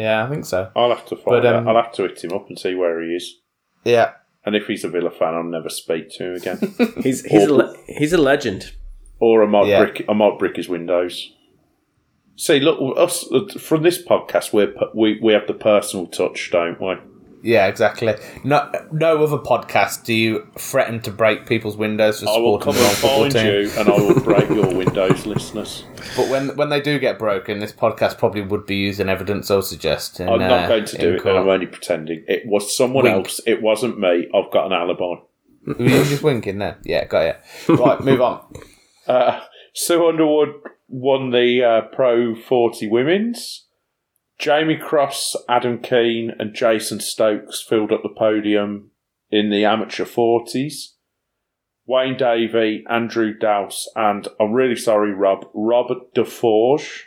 Speaker 2: Yeah, I think so.
Speaker 4: I'll have to find
Speaker 2: But, um,
Speaker 4: out. I'll have to hit him up and see where he is.
Speaker 2: Yeah.
Speaker 4: And if he's a Villa fan, I'll never speak to him again.
Speaker 3: He's he's a, le- he's a legend.
Speaker 4: or I might
Speaker 2: Yeah.
Speaker 4: brick I might brick his windows. See, look, us uh, from this podcast, we're, per- we we have the personal touch, don't we?
Speaker 2: Yeah, exactly. No, no other podcast do you threaten to break people's windows for
Speaker 4: I will
Speaker 2: supporting
Speaker 4: come
Speaker 2: the wrong
Speaker 4: and
Speaker 2: football
Speaker 4: find
Speaker 2: team.
Speaker 4: you, and I will break your windows, listeners.
Speaker 2: But when when they do get broken, this podcast probably would be using evidence. I'll suggest. in,
Speaker 4: I'm
Speaker 2: uh,
Speaker 4: not going to do
Speaker 2: in
Speaker 4: it. Then I'm
Speaker 2: court.
Speaker 4: only pretending. It was someone
Speaker 2: Wink.
Speaker 4: else. It wasn't me. I've got an alibi.
Speaker 2: Were you just winking there? Yeah, got it. Right, move on.
Speaker 4: Uh, Sue Underwood won the uh, Pro 40 Women's. Jamie Cross, Adam Keane, and Jason Stokes filled up the podium in the amateur 40s. Wayne Davey, Andrew Douse, and I'm really sorry, Rob, Robert DeForge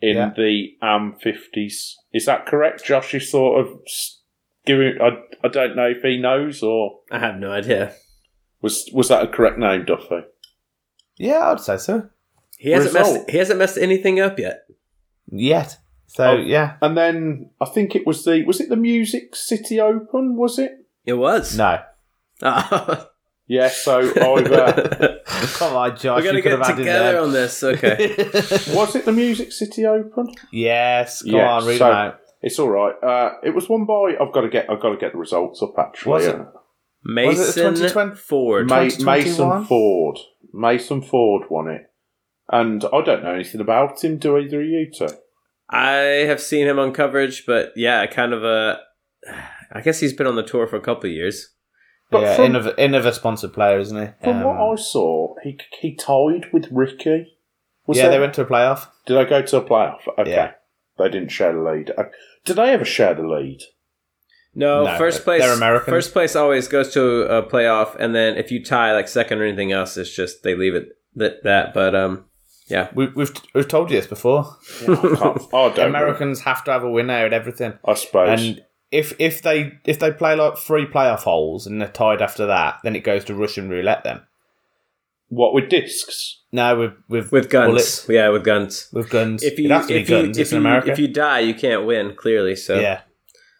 Speaker 4: in
Speaker 2: Yeah.
Speaker 4: the AM 50s. Is that correct? Josh is sort of s- giving. I, I don't know if he knows or
Speaker 3: I have no idea.
Speaker 4: was was that a correct name, Duffy?
Speaker 2: Yeah, I'd say so.
Speaker 3: He hasn't
Speaker 4: Result.
Speaker 3: messed. He hasn't messed anything up yet.
Speaker 2: Yet. So
Speaker 4: Oh.
Speaker 2: yeah.
Speaker 4: And then I think it was the was it the Music City Open? Was it?
Speaker 3: It was.
Speaker 2: No.
Speaker 3: Oh.
Speaker 4: Yeah. So uh, either
Speaker 2: Come on, Josh.
Speaker 3: We're gonna
Speaker 2: you could
Speaker 3: get
Speaker 2: have
Speaker 3: together
Speaker 2: added
Speaker 3: on this. Okay.
Speaker 2: that.
Speaker 4: was it the Music City Open?
Speaker 2: yes. Go
Speaker 4: Yeah,
Speaker 2: on, read
Speaker 4: so-
Speaker 2: them out.
Speaker 4: It's all right. Uh, it was won by. I've got to get. I've got to get the results up. Actually, Uh,
Speaker 2: Was it Was it the
Speaker 3: Mason
Speaker 2: 2020?
Speaker 3: Ford.
Speaker 4: Ma-
Speaker 2: 2021?
Speaker 4: Mason Ford. Mason Ford won it, and I don't know anything about him. Do either of you two?
Speaker 3: I have seen him on coverage, but yeah, kind of a. I guess he's been on the tour for a couple of years.
Speaker 4: But
Speaker 2: yeah,
Speaker 4: from-
Speaker 2: Innov- Innova sponsored player, isn't he?
Speaker 4: From
Speaker 2: Um,
Speaker 4: what I saw, he he tied with Ricky. Was
Speaker 2: yeah,
Speaker 4: there-
Speaker 2: they went to a playoff.
Speaker 4: Did I go to a playoff? Okay.
Speaker 2: Yeah.
Speaker 4: They didn't share the lead. Uh, Did I ever share the lead?
Speaker 3: No,
Speaker 2: No,
Speaker 3: first
Speaker 2: they're-
Speaker 3: place.
Speaker 2: they're American.
Speaker 3: First place always goes to a playoff, and then if you tie like second or anything else, it's just they leave it that. that but um,
Speaker 2: We, we've we've told you this before.
Speaker 4: Yeah, I can't- I don't know.
Speaker 2: Americans have to have a winner at everything.
Speaker 4: I suppose.
Speaker 2: And if if they if they play like three playoff holes and they're tied after that, then it goes to Russian roulette. Then
Speaker 4: what with discs?
Speaker 2: no, with with
Speaker 3: with guns,
Speaker 2: bullets,
Speaker 3: yeah, with guns.
Speaker 2: with guns.
Speaker 3: If you
Speaker 2: it has to
Speaker 3: if
Speaker 2: be
Speaker 3: you
Speaker 2: guns.
Speaker 3: if
Speaker 2: it's in
Speaker 3: you
Speaker 2: America.
Speaker 3: if you die, you can't win. Clearly, so yeah,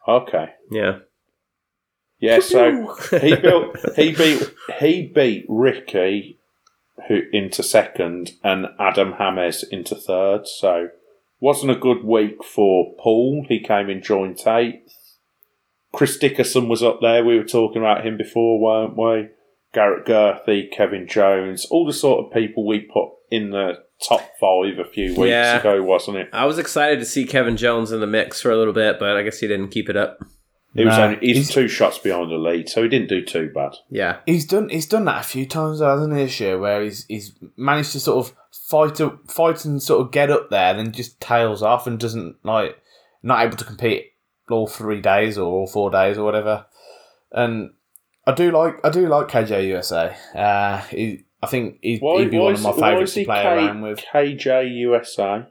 Speaker 2: yeah,
Speaker 4: Okay.
Speaker 3: yeah.
Speaker 4: Yeah. So he built. He beat. He beat Ricky, who into second, and Adam Hames into third. So wasn't a good week for Paul. He came in joint eighth. Chris Dickerson was up there. We were talking about him before, weren't we? Garrett Gerthy, Kevin Jones, all the sort of people we put in the top five a few weeks
Speaker 3: Yeah.
Speaker 4: ago, wasn't it?
Speaker 3: I was excited to see Kevin Jones in the mix for a little bit, but I guess he didn't keep it up.
Speaker 4: He was
Speaker 2: No.
Speaker 4: only he's,
Speaker 2: He's-
Speaker 4: two shots behind the lead, so he didn't do too bad.
Speaker 3: Yeah,
Speaker 2: he's done he's done that a few times, though, hasn't he? This year, where he's he's managed to sort of fight a, fight and sort of get up there, and then just tails off and doesn't like not able to compete all three days or all four days or whatever. And I do like I do like KJ USA. Uh, he, I think he'd,
Speaker 4: Why,
Speaker 2: he'd be
Speaker 4: why
Speaker 2: one
Speaker 4: is-
Speaker 2: of my
Speaker 4: why
Speaker 2: favourites
Speaker 4: is he
Speaker 2: to play
Speaker 4: K-
Speaker 2: around with.
Speaker 4: KJ USA?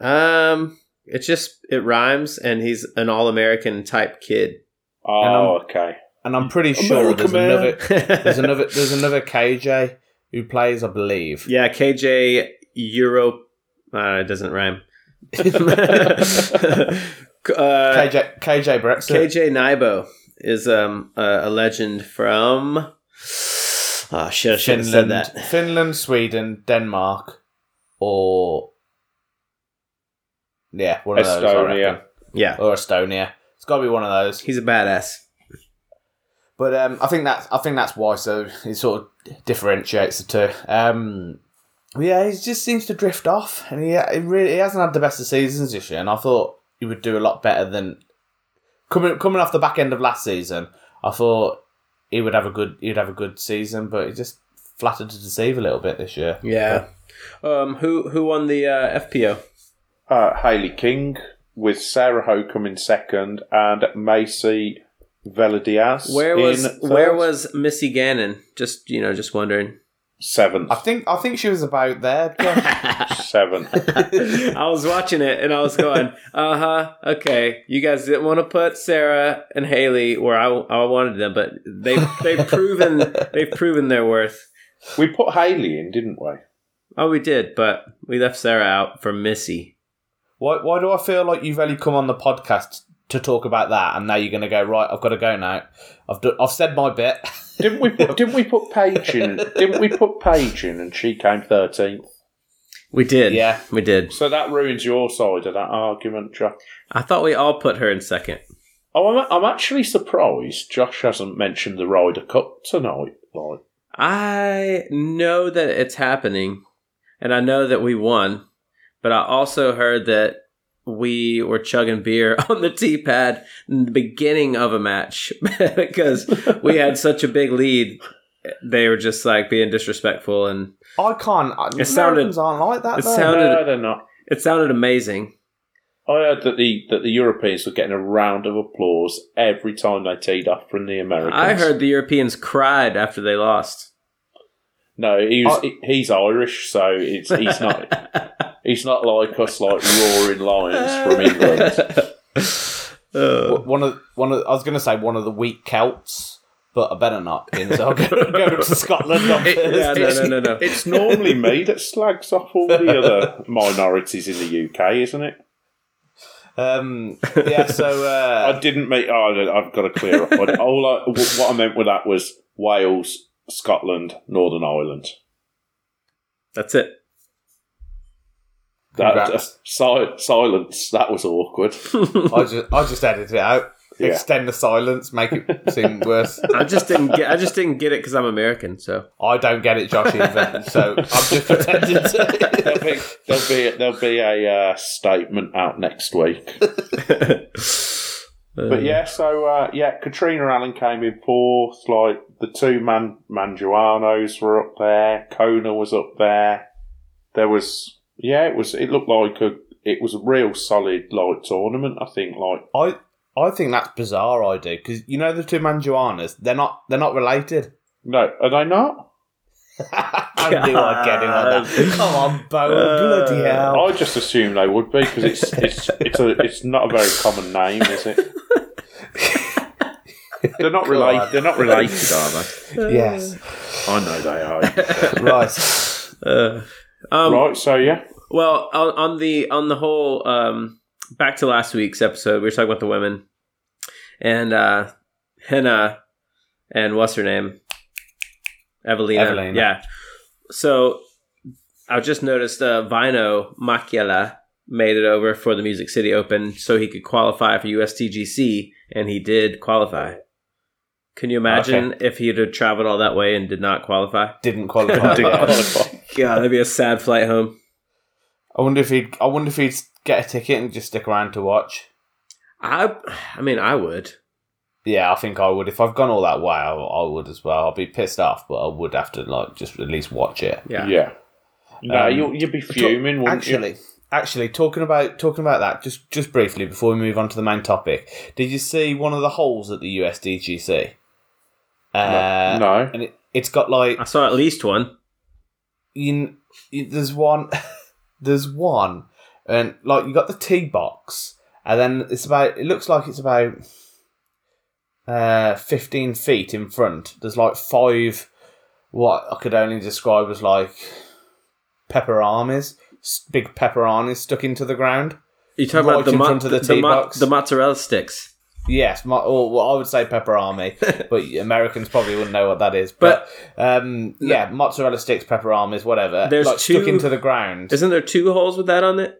Speaker 3: um, it just it rhymes, and he's an all American type kid.
Speaker 4: Oh, okay.
Speaker 2: And um, I'm pretty sure
Speaker 4: America,
Speaker 2: there's
Speaker 4: man.
Speaker 2: another there's another there's another KJ who plays, I believe.
Speaker 3: Yeah, KJ Euro. Uh, it doesn't rhyme. uh,
Speaker 2: KJ
Speaker 3: KJ,
Speaker 2: KJ Brexit.
Speaker 3: Naibo is um, a, a legend from. Oh shit! I should have said
Speaker 2: Finland,
Speaker 3: that.
Speaker 2: Finland, Sweden, Denmark, or yeah, one of those. I
Speaker 4: Estonia.
Speaker 2: reckon.
Speaker 3: Yeah,
Speaker 2: or Estonia. It's got to be one of those.
Speaker 3: he's a badass.
Speaker 2: But um, I think that's I think that's why. So it sort of differentiates the two. Um, but yeah, he just seems to drift off, and he, he really he hasn't had the best of seasons this year. And I thought he would do a lot better than coming coming off the back end of last season. I thought he would have a good he'd have a good season, but he just flattered to deceive a little bit this year.
Speaker 3: Yeah. Um, who who won the uh, FPO?
Speaker 4: Uh, Haley King with Sarah Hokum in second and Macy Veladias.
Speaker 3: Where was
Speaker 4: in third.
Speaker 3: where was Missy Gannon? Just you know, just wondering.
Speaker 4: seventh?
Speaker 2: I think I think she was about there. Josh.
Speaker 4: seventh.
Speaker 3: I was watching it and I was going, uh huh, okay. You guys didn't want to put Sarah and Haley where I, I wanted them, but they they've proven they've proven their worth.
Speaker 4: we put Haley in, didn't we?
Speaker 3: Oh, we did, but we left Sarah out for Missy.
Speaker 2: why why do I feel like you've only come on the podcast to talk about that, and now you're going to go right? I've got to go now. I've do, I've said my bit.
Speaker 4: Didn't we? Put, didn't we put Paige in? Didn't we put Paige in, and she came thirteenth?
Speaker 3: We did.
Speaker 2: Yeah.
Speaker 3: We did.
Speaker 4: So that ruins your side of that argument, Josh.
Speaker 3: I thought we all put her in second.
Speaker 4: Oh, I'm, I'm actually surprised Josh hasn't mentioned the Ryder Cup tonight. Like,
Speaker 3: I know that it's happening, and I know that we won, but I also heard that we were chugging beer on the tee pad in the beginning of a match because we had such a big lead. They were just like being disrespectful, and
Speaker 2: I can't. It
Speaker 3: sounded-
Speaker 2: Americans aren't like that.
Speaker 3: it
Speaker 2: though.
Speaker 3: sounded-
Speaker 4: no, they're not.
Speaker 3: it sounded amazing.
Speaker 4: I heard that the that the Europeans were getting a round of applause every time they teed off from the Americans.
Speaker 3: I heard the Europeans cried after they lost.
Speaker 4: No, he was,
Speaker 2: I-
Speaker 4: he's Irish, so it's he's not he's not like us, like roaring lions from England.
Speaker 3: Uh,
Speaker 2: one of one of I was going to say one of the weak Celts, but I better not. So I'll go, go to Scotland. on
Speaker 4: It-
Speaker 2: Thursday.
Speaker 3: yeah, no, no, no, no.
Speaker 4: It's normally me that slags off all the other minorities in the UK, isn't it?
Speaker 2: Um, yeah, so
Speaker 4: I
Speaker 2: uh,
Speaker 4: didn't make. Oh, no, I've got to clear up. What- All I, wh- what I meant with that was Wales, Scotland, Northern Ireland.
Speaker 3: That's it.
Speaker 4: That
Speaker 2: Congrats.
Speaker 4: si- silence. That was awkward.
Speaker 2: I just I just edited it out.
Speaker 4: Yeah.
Speaker 2: Extend the silence, make it seem worse.
Speaker 3: I just didn't get. I just didn't get it because I'm American. So
Speaker 2: I don't get it, Josh. Either, so I'm just pretending
Speaker 4: there'll
Speaker 2: to.
Speaker 4: be there'll be there'll be a uh, statement out next week. But yeah, so uh, yeah, Katrina Allen came in fourth. Like the two man Manduanos were up there. Kona was up there. There was yeah, it was. It looked like a it was a real solid like tournament. I think like
Speaker 2: I I think that's bizarre. I do because you know the two Manjuanas, they're not they're not related.
Speaker 4: no, are they not?
Speaker 2: I knew I'd get him on that. Come on, Bo, bloody hell!
Speaker 4: I just assumed they would be because it's it's it's a it's not a very common name, is it? they're not related. They're not related, are they?
Speaker 3: Uh,
Speaker 2: Yes,
Speaker 4: I know they are.
Speaker 2: right.
Speaker 3: Uh, um,
Speaker 4: right, so yeah,
Speaker 3: Well, on, on the on the whole, um, back to last week's episode, we were talking about the women and uh, Henna and what's her name, Evelina.
Speaker 2: Evelina.
Speaker 3: Yeah. So I just noticed uh, Vino Machiela made it over for the Music City Open, so he could qualify for USTGC, and he did qualify. Can you imagine if he'd have traveled all that way and did not qualify?
Speaker 2: Didn't qualify.
Speaker 3: Didn't
Speaker 2: Yeah.
Speaker 3: qualify. God, that'd be a sad flight home.
Speaker 2: I wonder if he'd. I wonder if he'd get a ticket and just stick around to watch.
Speaker 3: I, I mean, I would.
Speaker 2: Yeah, I think I would. If I've gone all that way, I, I would as well. I'll be pissed off, but I would have to like just at least watch it.
Speaker 3: Yeah.
Speaker 4: yeah. No,
Speaker 2: Um,
Speaker 4: you you'd be fuming, wouldn't
Speaker 2: actually, actually, talking about talking about that just just briefly before we move on to the main topic. Did you see one of the holes at the USDGC?
Speaker 4: you?
Speaker 2: Uh,
Speaker 4: no.
Speaker 2: and it, it's got like
Speaker 3: I saw at least one.
Speaker 2: you, kn- you there's one there's one and like you got the tee box and then it's about it looks like it's about uh 15 feet in front there's like five what i could only describe as like pepperonis s- big pepperonis stuck into the ground
Speaker 3: You talking
Speaker 2: Right
Speaker 3: about the,
Speaker 2: in
Speaker 3: mo-
Speaker 2: front of the
Speaker 3: the,
Speaker 2: tee
Speaker 3: mo-
Speaker 2: box.
Speaker 3: the mozzarella sticks?
Speaker 2: yes my, or, well, i would say pepperami but americans probably wouldn't know what that is but, um yeah mozzarella sticks pepperonis whatever
Speaker 3: There's
Speaker 2: like stuck
Speaker 3: two-
Speaker 2: into the ground
Speaker 3: Isn't there two holes with that on it?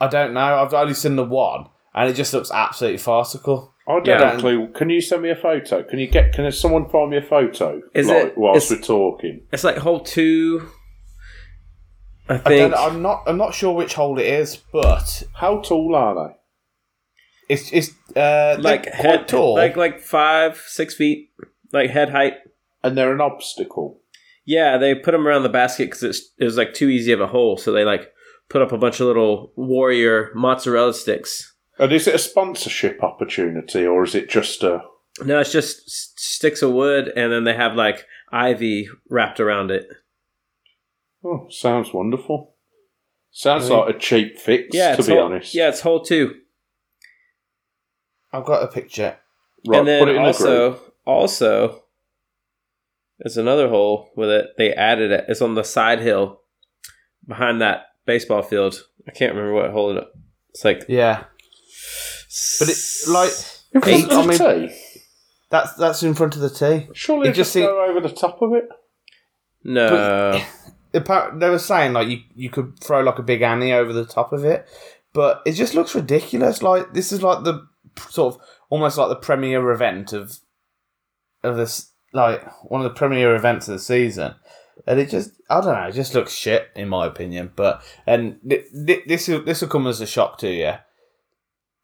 Speaker 2: I don't know. I've only seen the one, and it just looks absolutely farcical.
Speaker 4: I don't
Speaker 3: Yeah.
Speaker 4: have a clue. Can you send me a photo? Can you get? Can someone find me a photo?
Speaker 3: Is
Speaker 4: like,
Speaker 3: it-
Speaker 4: whilst
Speaker 3: is-
Speaker 4: we're talking?
Speaker 3: It's like hole two. I
Speaker 2: I don't,
Speaker 3: think
Speaker 2: I'm not. I'm not sure which hole it is, but
Speaker 4: How tall are they?
Speaker 2: it's it's uh, like
Speaker 3: like
Speaker 2: quite
Speaker 3: head,
Speaker 2: tall.
Speaker 3: like like five six feet, like head height.
Speaker 4: And they're an obstacle.
Speaker 3: Yeah, they put them around the basket because it's it was like too easy of a hole, so they like put up a bunch of little warrior mozzarella sticks.
Speaker 4: And is it a sponsorship opportunity or is it just a?
Speaker 3: No, it's just s- sticks of wood, and then they have like ivy wrapped around it.
Speaker 4: Oh, sounds wonderful. Sounds
Speaker 2: Really?
Speaker 4: like a cheap fix.
Speaker 3: Yeah,
Speaker 4: to
Speaker 3: it's
Speaker 4: be
Speaker 3: hole-
Speaker 4: honest.
Speaker 3: yeah, it's hole two.
Speaker 2: I've got a picture.
Speaker 4: Right,
Speaker 3: and
Speaker 4: put it
Speaker 3: then
Speaker 4: in the group.
Speaker 3: also, also, there's another hole with it. They added it. It's on the side hill behind that baseball field. I can't remember what hole it. It's like,
Speaker 2: Yeah, but it's like
Speaker 4: In
Speaker 2: Eight,
Speaker 4: front of
Speaker 2: I
Speaker 4: the tee?
Speaker 2: That's that's in front of the tee.
Speaker 4: Surely
Speaker 2: It
Speaker 4: it
Speaker 2: just
Speaker 4: just
Speaker 2: see-
Speaker 4: go over the top of it.
Speaker 3: No.
Speaker 2: Appa- They were saying like you you could throw like a big Annie over the top of it, but it just looks ridiculous. Like this is like the p- sort of almost like the premier event of of this like one of the premier events of the season. And it just, I don't know, it just looks shit in my opinion. But and th- th- this will this will come as a shock to you.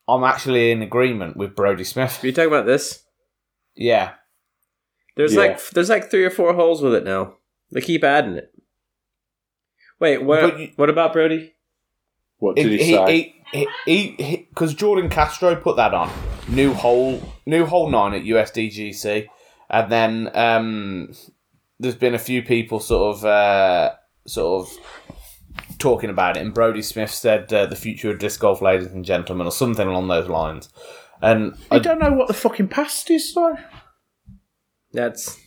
Speaker 2: I'm actually in agreement with Brody Smith.
Speaker 3: Are you talking about this?
Speaker 2: Yeah,
Speaker 3: There's
Speaker 4: Yeah.
Speaker 3: like there's like three or four holes with it now. They keep adding it. Wait, what?
Speaker 2: But you-
Speaker 3: what about Brody?
Speaker 4: What
Speaker 2: It-
Speaker 4: did he, say?
Speaker 2: He, he, he, because Jordan Castro put that on new hole, new hole nine at USDGC, and then um, there's been a few people sort of, uh, sort of talking about it. And Brody Smith said uh, the future of disc golf, ladies and gentlemen, or something along those lines. And
Speaker 4: I
Speaker 2: I,
Speaker 4: don't know what the fucking past is though.
Speaker 3: That's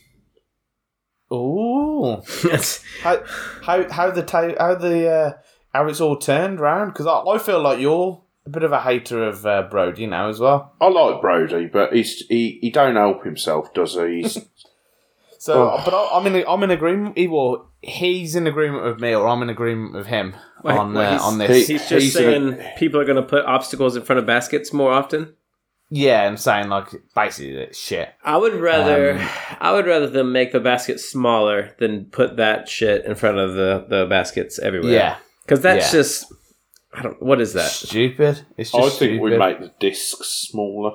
Speaker 2: ooh,
Speaker 3: that's
Speaker 2: how how how the ta- how the uh, how it's all turned round? Because I, I feel like you're a bit of a hater of uh, Brody now as well.
Speaker 4: I like Brody, but he's he, he don't help himself, does he? He's,
Speaker 2: So,
Speaker 4: Oh.
Speaker 2: but I, I'm in. I'm in agreement. He, well, he's in agreement with me, or I'm in agreement with him
Speaker 3: Wait,
Speaker 2: on
Speaker 3: wait,
Speaker 2: uh,
Speaker 3: he's-
Speaker 2: on this.
Speaker 3: he's just
Speaker 4: he's a-
Speaker 3: saying people are going to put obstacles in front of baskets more often.
Speaker 2: yeah, I'm saying like basically that shit.
Speaker 3: I would rather
Speaker 2: Um,
Speaker 3: I would rather them make the basket smaller than put that shit in front of the the baskets everywhere.
Speaker 2: Yeah,
Speaker 3: because that's
Speaker 2: Yeah.
Speaker 3: just I don't what is that?
Speaker 2: stupid. It's just
Speaker 4: I think we
Speaker 2: stupid.
Speaker 4: make the discs smaller.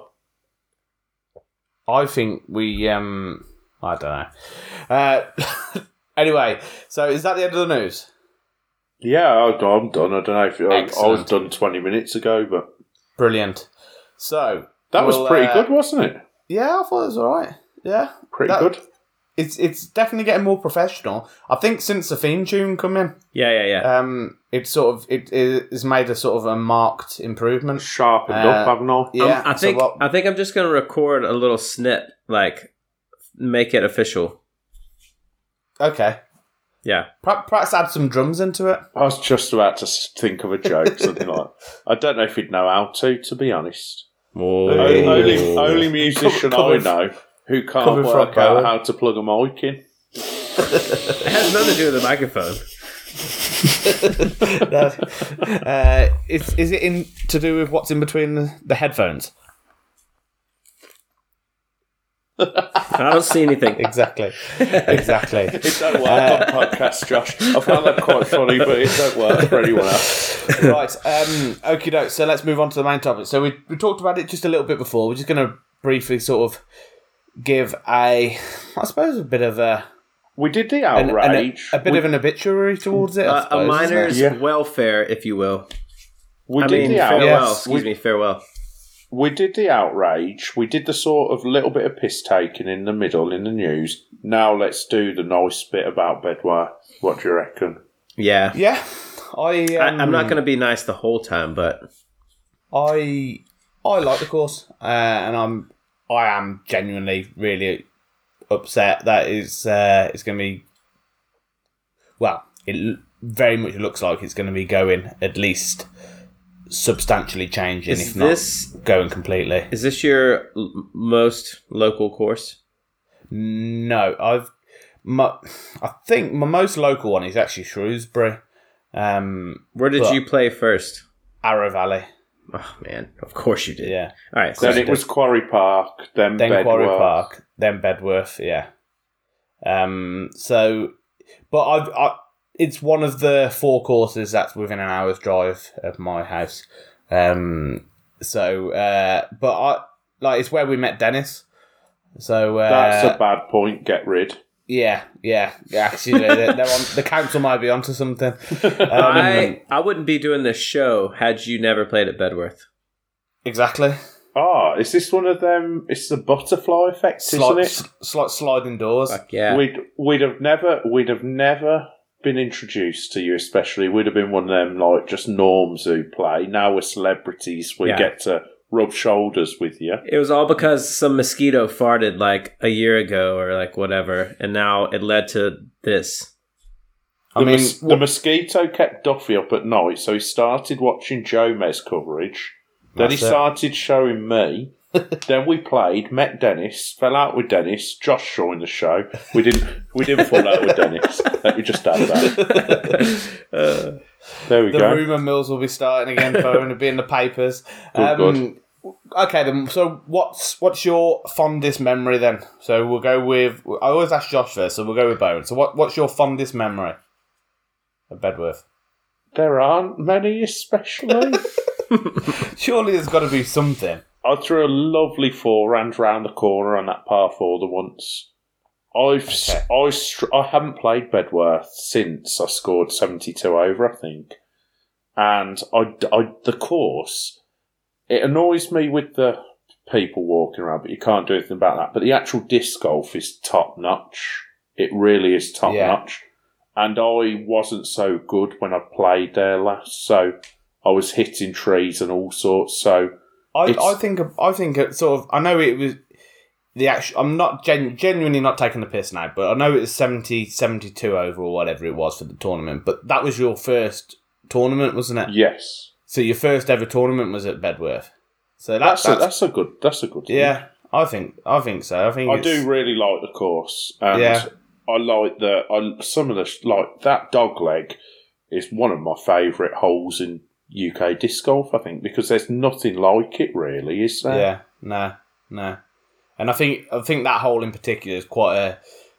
Speaker 2: I think we. Um, I don't know. Uh, anyway, so is that the end of the news?
Speaker 4: Yeah, I, I'm done. I don't know if I, I was
Speaker 2: Excellent.
Speaker 4: done twenty minutes ago, but
Speaker 2: Brilliant. So
Speaker 4: that
Speaker 2: Well,
Speaker 4: was pretty
Speaker 2: uh,
Speaker 4: good, wasn't it?
Speaker 2: yeah, I thought it was all right. Yeah,
Speaker 4: Pretty
Speaker 2: that-
Speaker 4: good.
Speaker 2: It's it's definitely getting more professional. I think since the theme tune come in,
Speaker 3: Yeah, yeah, yeah.
Speaker 2: um, it sort of it is made a sort of a marked improvement.
Speaker 4: Sharpened up,
Speaker 2: uh,
Speaker 4: haven't I?
Speaker 2: Yeah,
Speaker 3: Um, I
Speaker 2: so
Speaker 3: think
Speaker 2: what-
Speaker 3: I think I'm just going to record a little snip, like make it official.
Speaker 2: okay.
Speaker 3: Yeah,
Speaker 2: Per- Perhaps add some drums into it.
Speaker 4: I was just about to s- think of a joke, something like. I don't know if he'd know how to, to be honest. Only, only, only musician
Speaker 2: Come- come
Speaker 4: I
Speaker 2: with-
Speaker 4: know who
Speaker 2: come
Speaker 4: can't
Speaker 2: with
Speaker 4: work
Speaker 2: Frank
Speaker 4: out
Speaker 2: Owen.
Speaker 4: how to plug a mic in.
Speaker 3: it has nothing to do with the microphone.
Speaker 2: uh, is, is it in to do with what's in between the, the headphones?
Speaker 3: I don't see anything.
Speaker 2: Exactly. exactly.
Speaker 4: It don't work
Speaker 2: Ah.
Speaker 4: on podcasts, Josh. I found that quite funny, but it don't work for anyone else.
Speaker 2: right. Um, okie doke. So let's move on to the main topic. So we, we talked about it just a little bit before. We're just going to briefly sort of give a, I suppose, a bit of a
Speaker 4: We did the
Speaker 2: an- an-
Speaker 4: outrage.
Speaker 2: a bit of an obituary towards it. I
Speaker 3: Uh, a
Speaker 2: suppose, isn't it?
Speaker 3: miner's
Speaker 4: Yeah.
Speaker 3: welfare, if you will.
Speaker 4: we
Speaker 3: I
Speaker 4: did
Speaker 3: mean,
Speaker 4: the outrage.
Speaker 3: farewell.
Speaker 2: Yes.
Speaker 3: Excuse me, farewell.
Speaker 4: We did the outrage. We did the sort of little bit of piss taking in the middle in the news. Now let's do the nice bit about Bedouin. What do you reckon?
Speaker 3: Yeah,
Speaker 2: Yeah. I, um,
Speaker 3: I, I'm not going to be nice the whole time, but
Speaker 2: I I like the course, uh, and I'm I am genuinely really upset that it's uh, it's going to be. Well, it l- very much looks like it's going to be going at least substantially changing,
Speaker 3: is
Speaker 2: if not
Speaker 3: this
Speaker 2: going completely.
Speaker 3: is this your l- most local course?
Speaker 2: No, I've my, I think my most local one is actually Shrewsbury, um,
Speaker 3: Where did
Speaker 2: Look.
Speaker 3: you play first?
Speaker 2: Arrow Valley.
Speaker 3: Oh man, of course you did.
Speaker 2: Yeah,
Speaker 3: All right,
Speaker 4: Then
Speaker 3: so
Speaker 4: it was Quarry Park. Then,
Speaker 2: then
Speaker 4: Bedworth.
Speaker 2: Quarry Park, then Bedworth, yeah. Um, so, but I've, I, it's one of the four courses that's within an hour's drive of my house. Um, so, uh, but I like it's where we met Dennis. So uh,
Speaker 4: That's a bad point. Get rid.
Speaker 2: yeah, yeah, yeah. Actually, they're, they're on, the council might be onto something. Um,
Speaker 3: I I wouldn't be doing this show had you never played at Bedworth.
Speaker 2: exactly.
Speaker 4: Ah, is this one of them? It's the butterfly effect,
Speaker 2: Slight,
Speaker 4: isn't
Speaker 2: s- slight sliding doors.
Speaker 3: Fuck yeah.
Speaker 4: it? We'd we'd have never we'd have never been introduced to you, especially. We'd have been one of them like just norms who play. Now we're celebrities. We
Speaker 3: Yeah.
Speaker 4: get to rub shoulders with you.
Speaker 3: It was all because some mosquito farted like a year ago or like whatever, and now it led to this.
Speaker 2: I
Speaker 4: The,
Speaker 2: mean,
Speaker 4: mos- the mosquito kept Duffy up at night, so he started watching Jomez coverage. Then he
Speaker 2: That's it.
Speaker 4: started showing me, then we played, met Dennis, fell out with Dennis. Josh joined the show. We didn't. We didn't fall out with Dennis. Let me just add that.
Speaker 2: Uh,
Speaker 4: There we
Speaker 2: the
Speaker 4: go.
Speaker 2: rumour mills will be starting again, Bo, and it'll be in the papers. Um,
Speaker 4: Good
Speaker 2: Okay, then. So, what's what's your fondest memory then? So we'll go with. I always ask Josh first, so we'll go with Bowen. So, what what's your fondest memory of Bedworth?
Speaker 4: There aren't many, especially.
Speaker 2: Surely there's got to be something.
Speaker 4: I threw a lovely forehand round the corner on that par four the once. I've s- I str- I haven't played Bedworth since I scored seventy two over, I think, and I, d- I- the course it annoys me with the people walking around, but you can't do anything about that. But the actual disc golf is top notch. It really is top
Speaker 2: Yeah.
Speaker 4: notch, and I wasn't so good when I played there last, so I was hitting trees and all sorts. So.
Speaker 2: I,
Speaker 4: It's-
Speaker 2: I think I think it sort of I know it was the actual I'm not gen, genuinely not taking the piss now but I know it was 70 72 over or whatever it was for the tournament but that was your first tournament wasn't it
Speaker 4: Yes,
Speaker 2: so your first ever tournament was at Bedworth so that,
Speaker 4: that's
Speaker 2: that's,
Speaker 4: a, that's a good that's a good thing.
Speaker 2: yeah I think I think so I think
Speaker 4: I
Speaker 2: it's-
Speaker 4: do really like the course, and
Speaker 2: Yeah.
Speaker 4: I like the I, some of the like that dog leg is one of my favourite holes in UK disc golf. I think because there's nothing like it really, is there?
Speaker 2: yeah no no and I think I think that hole in particular is quite a I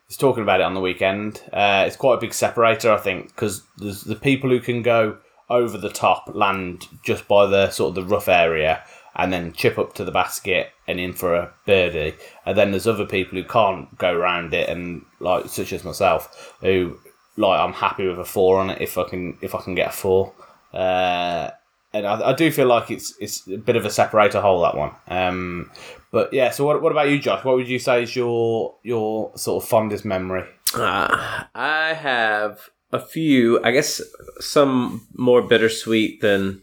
Speaker 2: was talking about it on the weekend. Uh, it's quite a big separator, I think, because there's the people who can go over the top, land just by the sort of the rough area, and then chip up to the basket and in for a birdie. And then there's other people who can't go round it, and like such as myself, who like I'm happy with a four on it if I can if I can get a four. Uh, and I, I do feel like it's it's a bit of a separator hole that one. Um, but yeah, so what, what about you, Josh? What would you say is your your sort of fondest memory?
Speaker 3: Uh, I have a few. I guess some more bittersweet than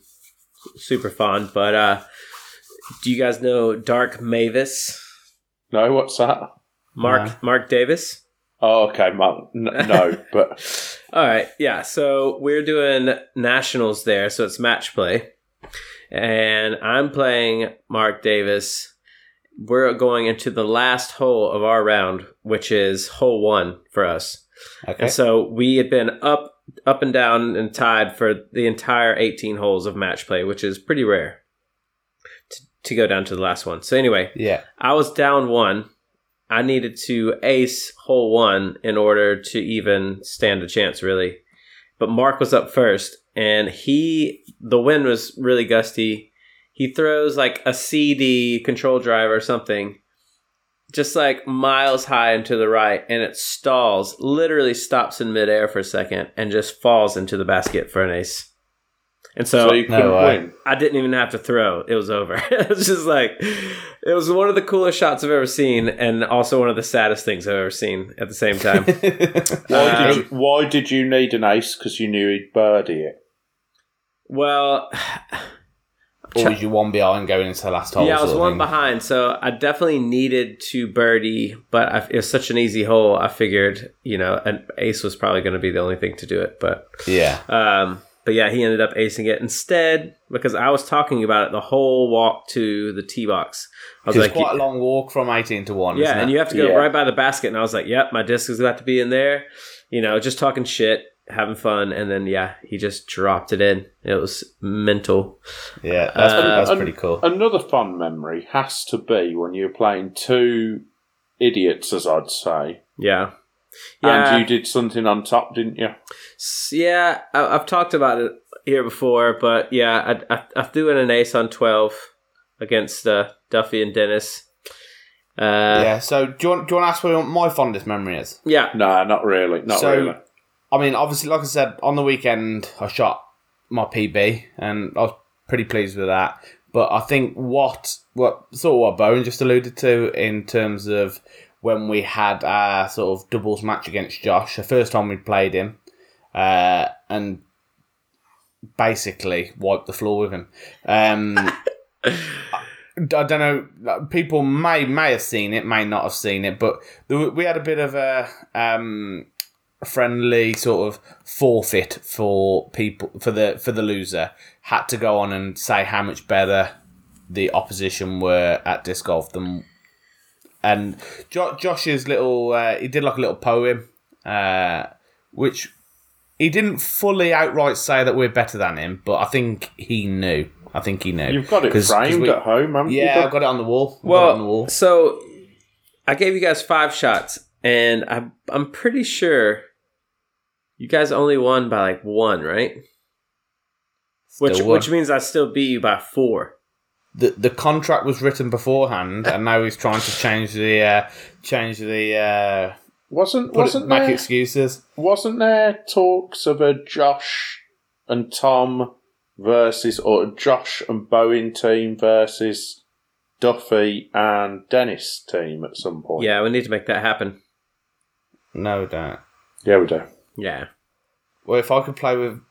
Speaker 3: super fond. But uh, do you guys know Dark Mavis?
Speaker 4: No, what's that?
Speaker 3: Mark
Speaker 2: No.
Speaker 3: Mark Davis.
Speaker 4: Oh, okay, mum. N- no, but
Speaker 3: All right, yeah. So we're doing nationals there, so it's match play, and I'm playing Mark Davis. We're going into the last hole of our round, which is hole one for us.
Speaker 2: Okay.
Speaker 3: And so we had been up, up and down, and tied for the entire 18 holes of match play, which is pretty rare to, to go down to the last one. So anyway,
Speaker 2: Yeah.
Speaker 3: I was down one. I needed to ace hole one in order to even stand a chance, really. But Mark was up first, and he, the wind was really gusty. He throws like a CD control drive or something, just like miles high into the right, and it stalls, literally stops in midair for a second, and just falls into the basket for an ace. And
Speaker 4: so you couldn't
Speaker 2: no, I-
Speaker 4: win.
Speaker 3: I didn't even have to throw. It was over. it was just like it was one of the coolest shots I've ever seen and also one of the saddest things I've ever seen at the same time.
Speaker 4: Why,
Speaker 3: Um,
Speaker 4: did you, why did you need an ace? Because you knew he'd birdie it.
Speaker 3: well,
Speaker 2: or was you one behind going into the last hole?
Speaker 3: yeah, I was
Speaker 2: sort of
Speaker 3: one
Speaker 2: thing?
Speaker 3: behind, so I definitely needed to birdie, but I, it was such an easy hole. I figured, you know, an ace was probably going to be the only thing to do it, but
Speaker 2: Yeah.
Speaker 3: Um, but yeah, he ended up acing it instead because I was talking about it the whole walk to the tee box. I was
Speaker 2: It's
Speaker 3: like,
Speaker 2: quite a long walk from 18 to 1.
Speaker 3: Yeah,
Speaker 2: isn't
Speaker 3: and
Speaker 2: it?
Speaker 3: you have to go
Speaker 4: Yeah.
Speaker 3: right by the basket. And I was like, yep, my disc is about to be in there. You know, just talking shit, having fun. And then, yeah, he just dropped it in. It was mental.
Speaker 2: Yeah, that's,
Speaker 3: Uh,
Speaker 2: that's
Speaker 4: an-
Speaker 2: pretty cool.
Speaker 4: Another fun memory has to be when you're playing two idiots, as I'd say,
Speaker 3: Yeah. Yeah.
Speaker 4: and Um, you did something on top, didn't you?
Speaker 3: S- yeah, I, I've talked about it here before, but yeah, I, I, I threw in an ace on 12 against uh, Duffy and Dennis. Uh,
Speaker 2: yeah, so do you, want, do you want to ask what my fondest memory is?
Speaker 3: yeah.
Speaker 4: No, not really. Not
Speaker 2: So-
Speaker 4: really.
Speaker 2: I mean, obviously, like I said, on the weekend I shot my PB, and I was pretty pleased with that. But I think what what sort of what Bowen just alluded to in terms of when we had our sort of doubles match against Josh, the first time we played him, uh, and basically wiped the floor with him. Um, I don't know. like, People may may have seen it, may not have seen it, but there w- we had a bit of a um, friendly sort of forfeit for people for the for the loser. Had to go on and say how much better the opposition were at disc golf. Them and jo- Josh's little uh, he did like a little poem, uh, which he didn't fully outright say that we're better than him, but I think he knew. I think he knew.
Speaker 4: You've got it
Speaker 2: 'Cause- 'cause
Speaker 4: framed
Speaker 2: we-
Speaker 4: at home, haven't you?
Speaker 2: Yeah, I've got it on the wall. I've got it on the
Speaker 3: Well,
Speaker 2: wall.
Speaker 3: so I gave you guys five shots, and I, I'm pretty sure you guys only won by like one, right? which
Speaker 2: Still won.
Speaker 3: which means I still beat you by four.
Speaker 2: the the contract was written beforehand, and now he's trying to change the uh, change the uh,
Speaker 4: Wasn't
Speaker 2: put
Speaker 4: wasn't
Speaker 2: it, make
Speaker 4: there,
Speaker 2: excuses.
Speaker 4: wasn't there talks of a Josh and Tom versus or a Josh and Bowen team versus Duffy and Dennis team at some point?
Speaker 3: Yeah, we need to make that happen.
Speaker 2: No doubt.
Speaker 4: Yeah, we do.
Speaker 3: Yeah.
Speaker 2: Well, if I could play with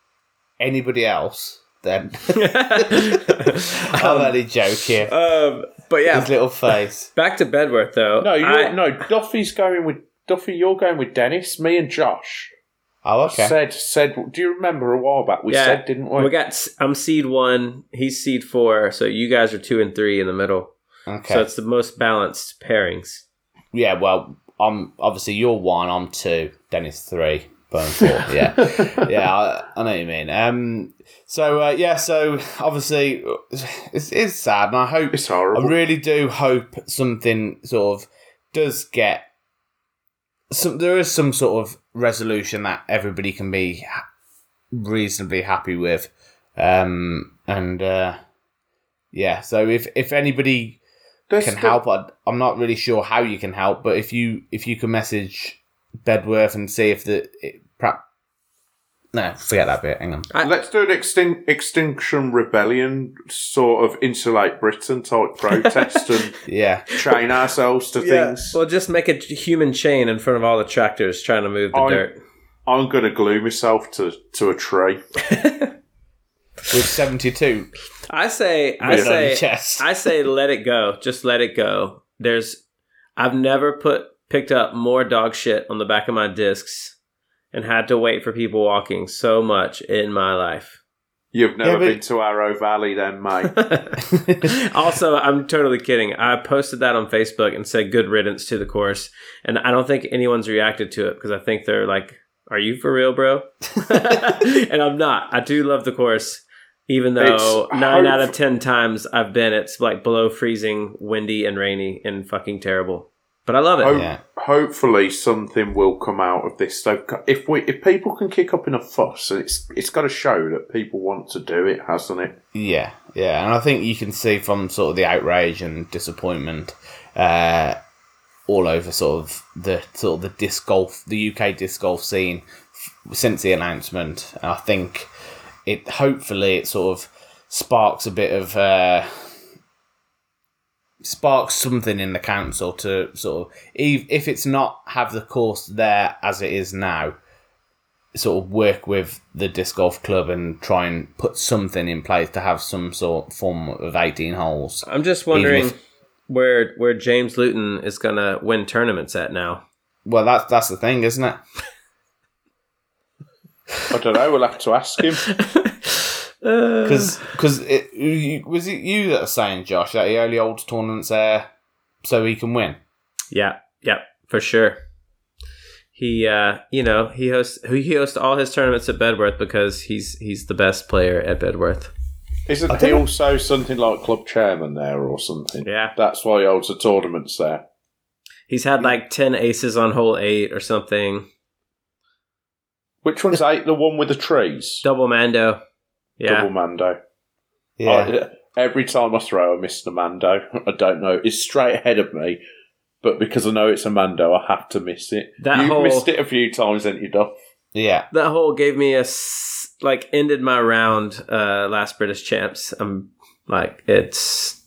Speaker 2: anybody else, then I'm
Speaker 3: um,
Speaker 2: only joking.
Speaker 3: um, but
Speaker 2: His
Speaker 3: yeah,
Speaker 2: little face.
Speaker 3: back to Bedworth though.
Speaker 4: No, you're,
Speaker 3: I-
Speaker 4: no. Duffy's going with Duffy. You're going with Dennis. Me and Josh
Speaker 2: Oh, okay.
Speaker 4: said said. Do you remember a while back we
Speaker 3: Yeah.
Speaker 4: said didn't we?
Speaker 3: We got. s- I'm seed one. He's seed four. So you guys are two and three in the middle.
Speaker 2: okay.
Speaker 3: So it's the most balanced pairings.
Speaker 2: yeah. Well, I'm obviously you're one. I'm two. Dennis three. Burn four. Yeah. yeah, I, I know what you mean. Um, so uh, yeah, so obviously it's, it's sad, and I hope
Speaker 4: It's horrible.
Speaker 2: I really do hope something sort of does get some. There is some sort of resolution that everybody can be ha- reasonably happy with, um, and uh, yeah. So if if anybody
Speaker 4: There's
Speaker 2: can
Speaker 4: still-
Speaker 2: help, I, I'm not really sure how you can help, but if you if you can message Bedworth and see if the it, perhaps no, forget that bit. Hang on.
Speaker 4: Let's do an extin- extinction rebellion sort of insulate Britain type protest and
Speaker 2: Yeah.
Speaker 4: train ourselves to things.
Speaker 3: Well, just make a human chain in front of all the tractors trying to move the
Speaker 4: I-
Speaker 3: dirt.
Speaker 4: I'm going to glue myself to, to a tree.
Speaker 2: With 72
Speaker 3: I say. I
Speaker 2: written on your
Speaker 3: say.
Speaker 2: chest.
Speaker 3: I say. Let it go. Just let it go. There's. I've never put picked up more dog shit on the back of my discs, and had to wait for people walking so much in my life.
Speaker 4: You've never
Speaker 2: Yeah, but-
Speaker 4: been to Arrow Valley, then, mate.
Speaker 3: also, I'm totally kidding. I posted that on Facebook and said good riddance to the course, and I don't think anyone's reacted to it because I think they're like, "Are you for real, bro?" and I'm not. I do love the course, even though
Speaker 4: It's
Speaker 3: nine out of
Speaker 4: hard-
Speaker 3: ten times I've been, it's like below freezing, windy, and rainy, and fucking terrible. But I love it.
Speaker 4: Hope,
Speaker 2: Yeah.
Speaker 4: Hopefully, something will come out of this. They've got- If we, if people can kick up enough fuss, and it's it's got to show that people want to do it, hasn't it?
Speaker 2: Yeah, yeah, and I think you can see from sort of the outrage and disappointment uh, all over sort of the sort of the disc golf, the UK disc golf scene f- since the announcement. And I think it hopefully it sort of sparks a bit of uh, sparks something in the council to sort of if if it's not have the course there as it is now, sort of work with the disc golf club and try and put something in place to have some sort form of 18 holes.
Speaker 3: I'm just wondering
Speaker 2: if-
Speaker 3: where where James Luton is gonna win tournaments at now.
Speaker 2: Well, that's that's the thing, isn't it?
Speaker 4: I don't know. We'll have to ask him.
Speaker 3: Uh,
Speaker 2: Because was it you that was saying, Josh, that he only holds tournaments there so he can win?
Speaker 3: Yeah, yeah, for sure. He, uh, you know, he hosts he hosts all his tournaments at Bedworth because he's he's the best player at Bedworth.
Speaker 4: Isn't he also something like club chairman there or something?
Speaker 3: Yeah.
Speaker 4: That's why he holds the tournaments there.
Speaker 3: He's had like ten aces on hole eight or something.
Speaker 4: Which one's eight? The one with the trees?
Speaker 3: Double Mando. Yeah,
Speaker 4: Double Mando. I- every time I throw, I miss the Mando. I don't know. It's straight ahead of me, but because I know it's a Mando, I have to miss it.
Speaker 3: That
Speaker 4: You've
Speaker 3: whole-
Speaker 4: missed it a few times, haven't you, Duff?
Speaker 2: yeah.
Speaker 3: that hole gave me a s- like ended my round uh, last British champs. I'm like it's.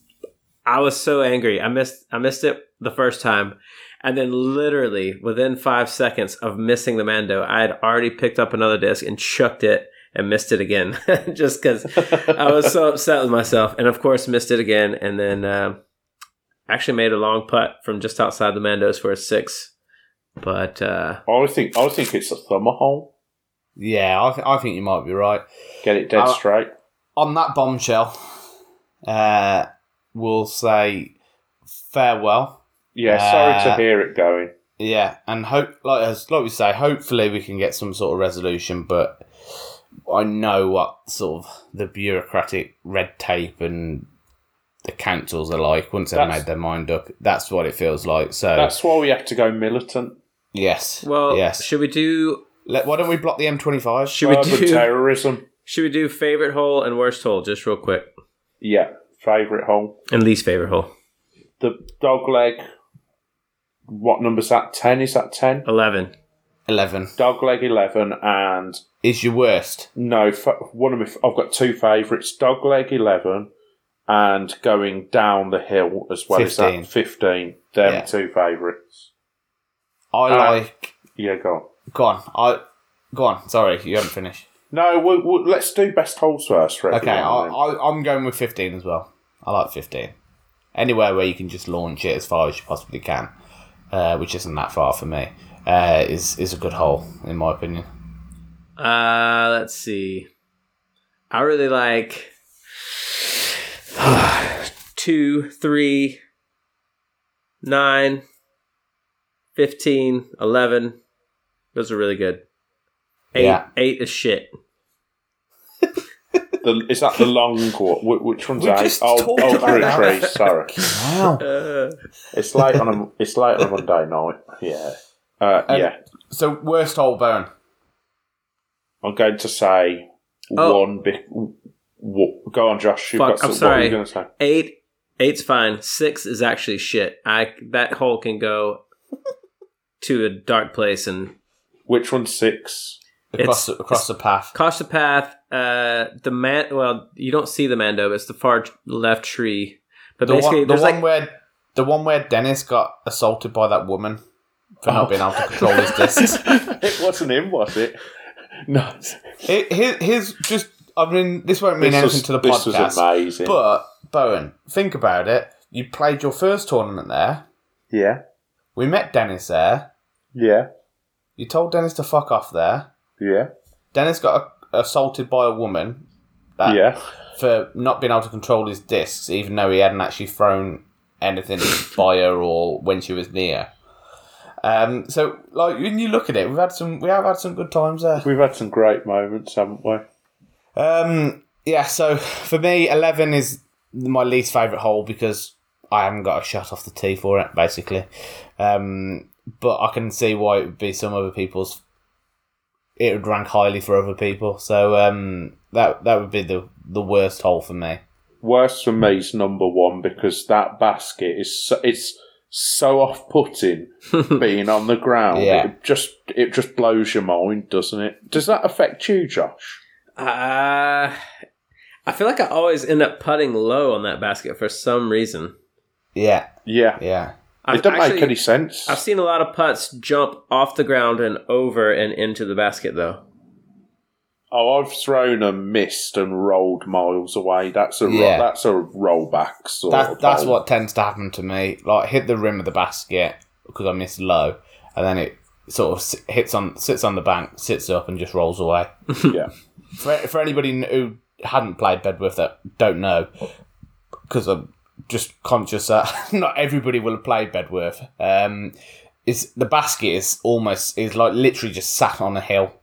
Speaker 3: I was so angry. I missed I missed it the first time, and then literally within five seconds of missing the Mando, I had already picked up another disc and chucked it and missed it again, just because I was so upset with myself. And of course, missed it again, and then um actually made a long putt from just outside the Mandos for a six. But uh,
Speaker 4: I think I think it's a thumber hole.
Speaker 2: Yeah, I, th- I think you might be right.
Speaker 3: Uh,
Speaker 4: Get it dead
Speaker 2: I-
Speaker 4: straight.
Speaker 2: On that bombshell, uh, will say farewell.
Speaker 4: Yeah,
Speaker 2: Uh,
Speaker 4: sorry to hear it going.
Speaker 2: Yeah, and hope like as like we say, hopefully we can get some sort of resolution. But I know what sort of the bureaucratic red tape and the councils are like once they've
Speaker 4: That's-
Speaker 2: made their mind up. That's what it feels like. So
Speaker 4: That's why we have to go militant.
Speaker 2: yes,
Speaker 3: Well,
Speaker 2: yes.
Speaker 3: should we do
Speaker 2: Let, why don't we block the M twenty five?
Speaker 3: should we
Speaker 4: Urban
Speaker 3: do
Speaker 4: terrorism.
Speaker 3: should we do favorite hole and worst hole just real quick
Speaker 4: Yeah, favourite hole.
Speaker 3: and least favorite hole?
Speaker 4: The dog leg. What number's that? 10? Is that 10?
Speaker 3: Eleven.
Speaker 2: Eleven
Speaker 4: Dog leg 11 and
Speaker 2: is your worst.
Speaker 4: No, f- one of my. F- I've got two favourites: Dogleg Eleven and Going Down the Hill as well as
Speaker 2: 15.
Speaker 4: that Fifteen. They're
Speaker 2: Yeah.
Speaker 4: my two favourites.
Speaker 2: I
Speaker 4: Uh,
Speaker 2: like.
Speaker 4: Yeah, go on.
Speaker 2: Go on. I go on. Sorry, you haven't finished.
Speaker 4: No, we we let's do best holes first. For
Speaker 2: Okay, I,
Speaker 4: everyone, then.
Speaker 2: I, I'm going with 15 as well. I like 15. Anywhere where you can just launch it as far as you possibly can, uh, which isn't that far for me, uh, is is a good hole in my opinion.
Speaker 3: Uh let's see. I really like two, three, nine, fifteen, eleven. Those are really good. Eight
Speaker 2: Yeah.
Speaker 3: eight is shit.
Speaker 4: the, is that the long one? Wh- Which one's
Speaker 2: We
Speaker 4: that?
Speaker 2: just
Speaker 4: Old,
Speaker 2: talked
Speaker 4: old
Speaker 2: about
Speaker 4: Brew
Speaker 2: that.
Speaker 4: Tree, Sorry,
Speaker 2: Wow.
Speaker 3: Uh,
Speaker 4: it's late on a it's late on a Monday night. Yeah, uh,
Speaker 2: Um,
Speaker 4: yeah.
Speaker 2: so worst hole bone.
Speaker 4: I'm going to say
Speaker 3: Oh.
Speaker 4: one. Be- w- w- go on, Josh. You've
Speaker 3: Fuck,
Speaker 4: got
Speaker 3: I'm
Speaker 4: some, What are
Speaker 3: sorry.
Speaker 4: you going to say?
Speaker 3: eight eight's fine. Six is actually shit. I that hole can go to a dark place and
Speaker 4: Which one's six?
Speaker 2: Across,
Speaker 3: It's-
Speaker 2: across the path.
Speaker 3: Costa Path, uh, the man. Well, you don't see the Mando. But it's the far t- left tree. But
Speaker 2: The
Speaker 3: basically,
Speaker 2: one, the
Speaker 3: there's
Speaker 2: one
Speaker 3: like
Speaker 2: where the one where Dennis got assaulted by that woman for
Speaker 3: Oh.
Speaker 2: not being able to control his discs.
Speaker 4: it wasn't him, was it? No,
Speaker 2: It, his, his just. I mean, this won't mean
Speaker 4: This was-
Speaker 2: anything to the
Speaker 4: this was
Speaker 2: podcast.
Speaker 4: amazing.
Speaker 2: But Bowen, think about it. You played your first tournament there.
Speaker 4: yeah,
Speaker 2: We met Dennis there.
Speaker 4: yeah,
Speaker 2: You told Dennis to fuck off there.
Speaker 4: yeah,
Speaker 2: Dennis got a- assaulted by a woman that,
Speaker 4: yeah.
Speaker 2: for not being able to control his discs, even though he hadn't actually thrown anything by her or when she was near. Um, so, like, when you look at it, we've had some, we have had some good times there.
Speaker 4: We've had some great moments, haven't we?
Speaker 2: Um, yeah, so for me, 11 is my least favourite hole because I haven't got a shot off the tee for it, basically. Um, but I can see why it would be some other people's. It would rank highly for other people, so um, that that would be the, the worst hole for me.
Speaker 4: Worse for me is number one because that basket is so, it's so off putting being on the ground.
Speaker 2: Yeah.
Speaker 4: It just it just blows your mind, doesn't it? Does that affect you, Josh?
Speaker 3: uh, I feel like I always end up putting low on that basket for some reason.
Speaker 2: Yeah,
Speaker 4: Yeah,
Speaker 2: yeah,
Speaker 3: I've
Speaker 4: it doesn't
Speaker 3: actually-
Speaker 4: make any sense.
Speaker 3: I've seen a lot of putts jump off the ground and over and into the basket though.
Speaker 4: Oh, I've thrown and missed and rolled miles away. That's a ro-
Speaker 2: Yeah.
Speaker 4: that's a rollback sort
Speaker 2: that's
Speaker 4: of
Speaker 2: that's
Speaker 4: hole.
Speaker 2: what tends to happen to me. Like hit the rim of the basket because I missed low, and then it sort of s- hits on sits on the bank, sits up, and just rolls away.
Speaker 4: yeah.
Speaker 2: for, for anybody who hadn't played Bedworth that don't know, because I'm just conscious that not everybody will have played Bedworth. Um, is the basket is almost is like literally just sat on a hill,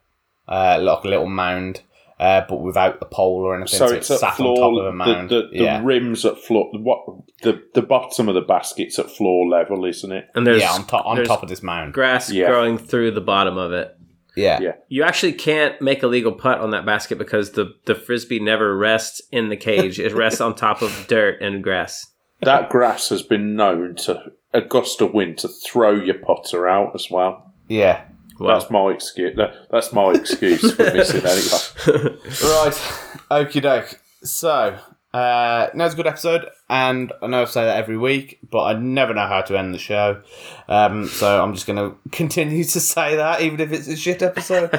Speaker 2: uh, like a little mound, uh, but without a pole or anything.
Speaker 4: So it's at
Speaker 2: sat
Speaker 4: floor.
Speaker 2: on top of a
Speaker 4: the
Speaker 2: mound.
Speaker 4: the, the
Speaker 2: yeah.
Speaker 4: rims at floor. What the the bottom of the basket's at floor level, isn't it?
Speaker 3: And there's
Speaker 2: yeah, on top on
Speaker 3: there's
Speaker 2: top of this mound.
Speaker 3: grass
Speaker 4: Yeah.
Speaker 3: growing through the bottom of it.
Speaker 2: yeah.
Speaker 4: Yeah.
Speaker 3: You actually can't make a legal putt on that basket because the the frisbee never rests in the cage. it rests on top of dirt and grass.
Speaker 4: That grass has been known to Augusta wind to throw your potter out as well.
Speaker 2: yeah.
Speaker 3: Wow.
Speaker 4: That's my excuse. that- That's my excuse for missing anyway.
Speaker 2: Right, okie doke. So, uh, now's a good episode, and I know I say that every week, but I never know how to end the show. Um, so I'm just going to continue to say that, even if it's a shit episode.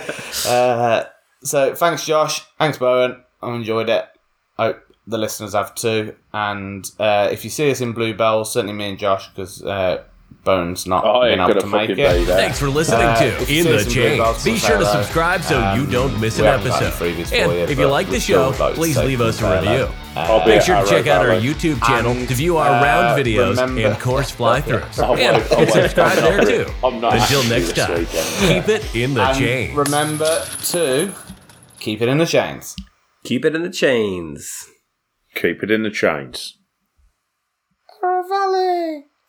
Speaker 2: uh, so, thanks, Josh. Thanks, Bowen. I enjoyed it. I hope the listeners have too. And uh, if you see us in Bluebell, certainly me and Josh, because uh, Bones not
Speaker 4: I
Speaker 2: being
Speaker 4: ain't
Speaker 2: able
Speaker 4: Oh, gonna
Speaker 2: to make
Speaker 4: fucking
Speaker 2: it.
Speaker 4: be there.
Speaker 1: Thanks for listening
Speaker 2: Uh, if
Speaker 1: to
Speaker 2: you
Speaker 1: In
Speaker 2: see
Speaker 1: the
Speaker 2: some good
Speaker 1: Chains.
Speaker 2: results,
Speaker 1: Be
Speaker 2: we'll
Speaker 1: sure to
Speaker 2: say that.
Speaker 1: subscribe so you
Speaker 2: Um,
Speaker 1: don't miss
Speaker 2: we
Speaker 1: an
Speaker 2: haven't got any
Speaker 1: episode.
Speaker 2: freebies for you,
Speaker 1: And if you
Speaker 2: but
Speaker 1: like
Speaker 2: we
Speaker 1: the
Speaker 2: still
Speaker 1: show,
Speaker 2: would like to
Speaker 1: please
Speaker 2: say
Speaker 1: leave us a
Speaker 2: that.
Speaker 1: review.
Speaker 4: I'll be
Speaker 1: Make
Speaker 4: at
Speaker 1: sure to
Speaker 4: Arrow
Speaker 1: check out our
Speaker 4: Valley.
Speaker 1: YouTube channel
Speaker 2: And,
Speaker 1: to view our
Speaker 2: uh,
Speaker 1: round videos
Speaker 2: remember-
Speaker 1: and course fly-throughs.
Speaker 4: I won't-
Speaker 1: And
Speaker 4: I won't-
Speaker 1: subscribe
Speaker 4: I'm
Speaker 1: there
Speaker 4: not-
Speaker 1: too.
Speaker 4: I'm not
Speaker 1: Until
Speaker 4: happy
Speaker 1: next
Speaker 4: this
Speaker 1: time,
Speaker 4: weekend.
Speaker 1: keep it in the
Speaker 2: And
Speaker 1: chains.
Speaker 2: remember to keep it in the chains.
Speaker 3: Keep it in the chains.
Speaker 4: Keep it in the chains.
Speaker 2: Valley.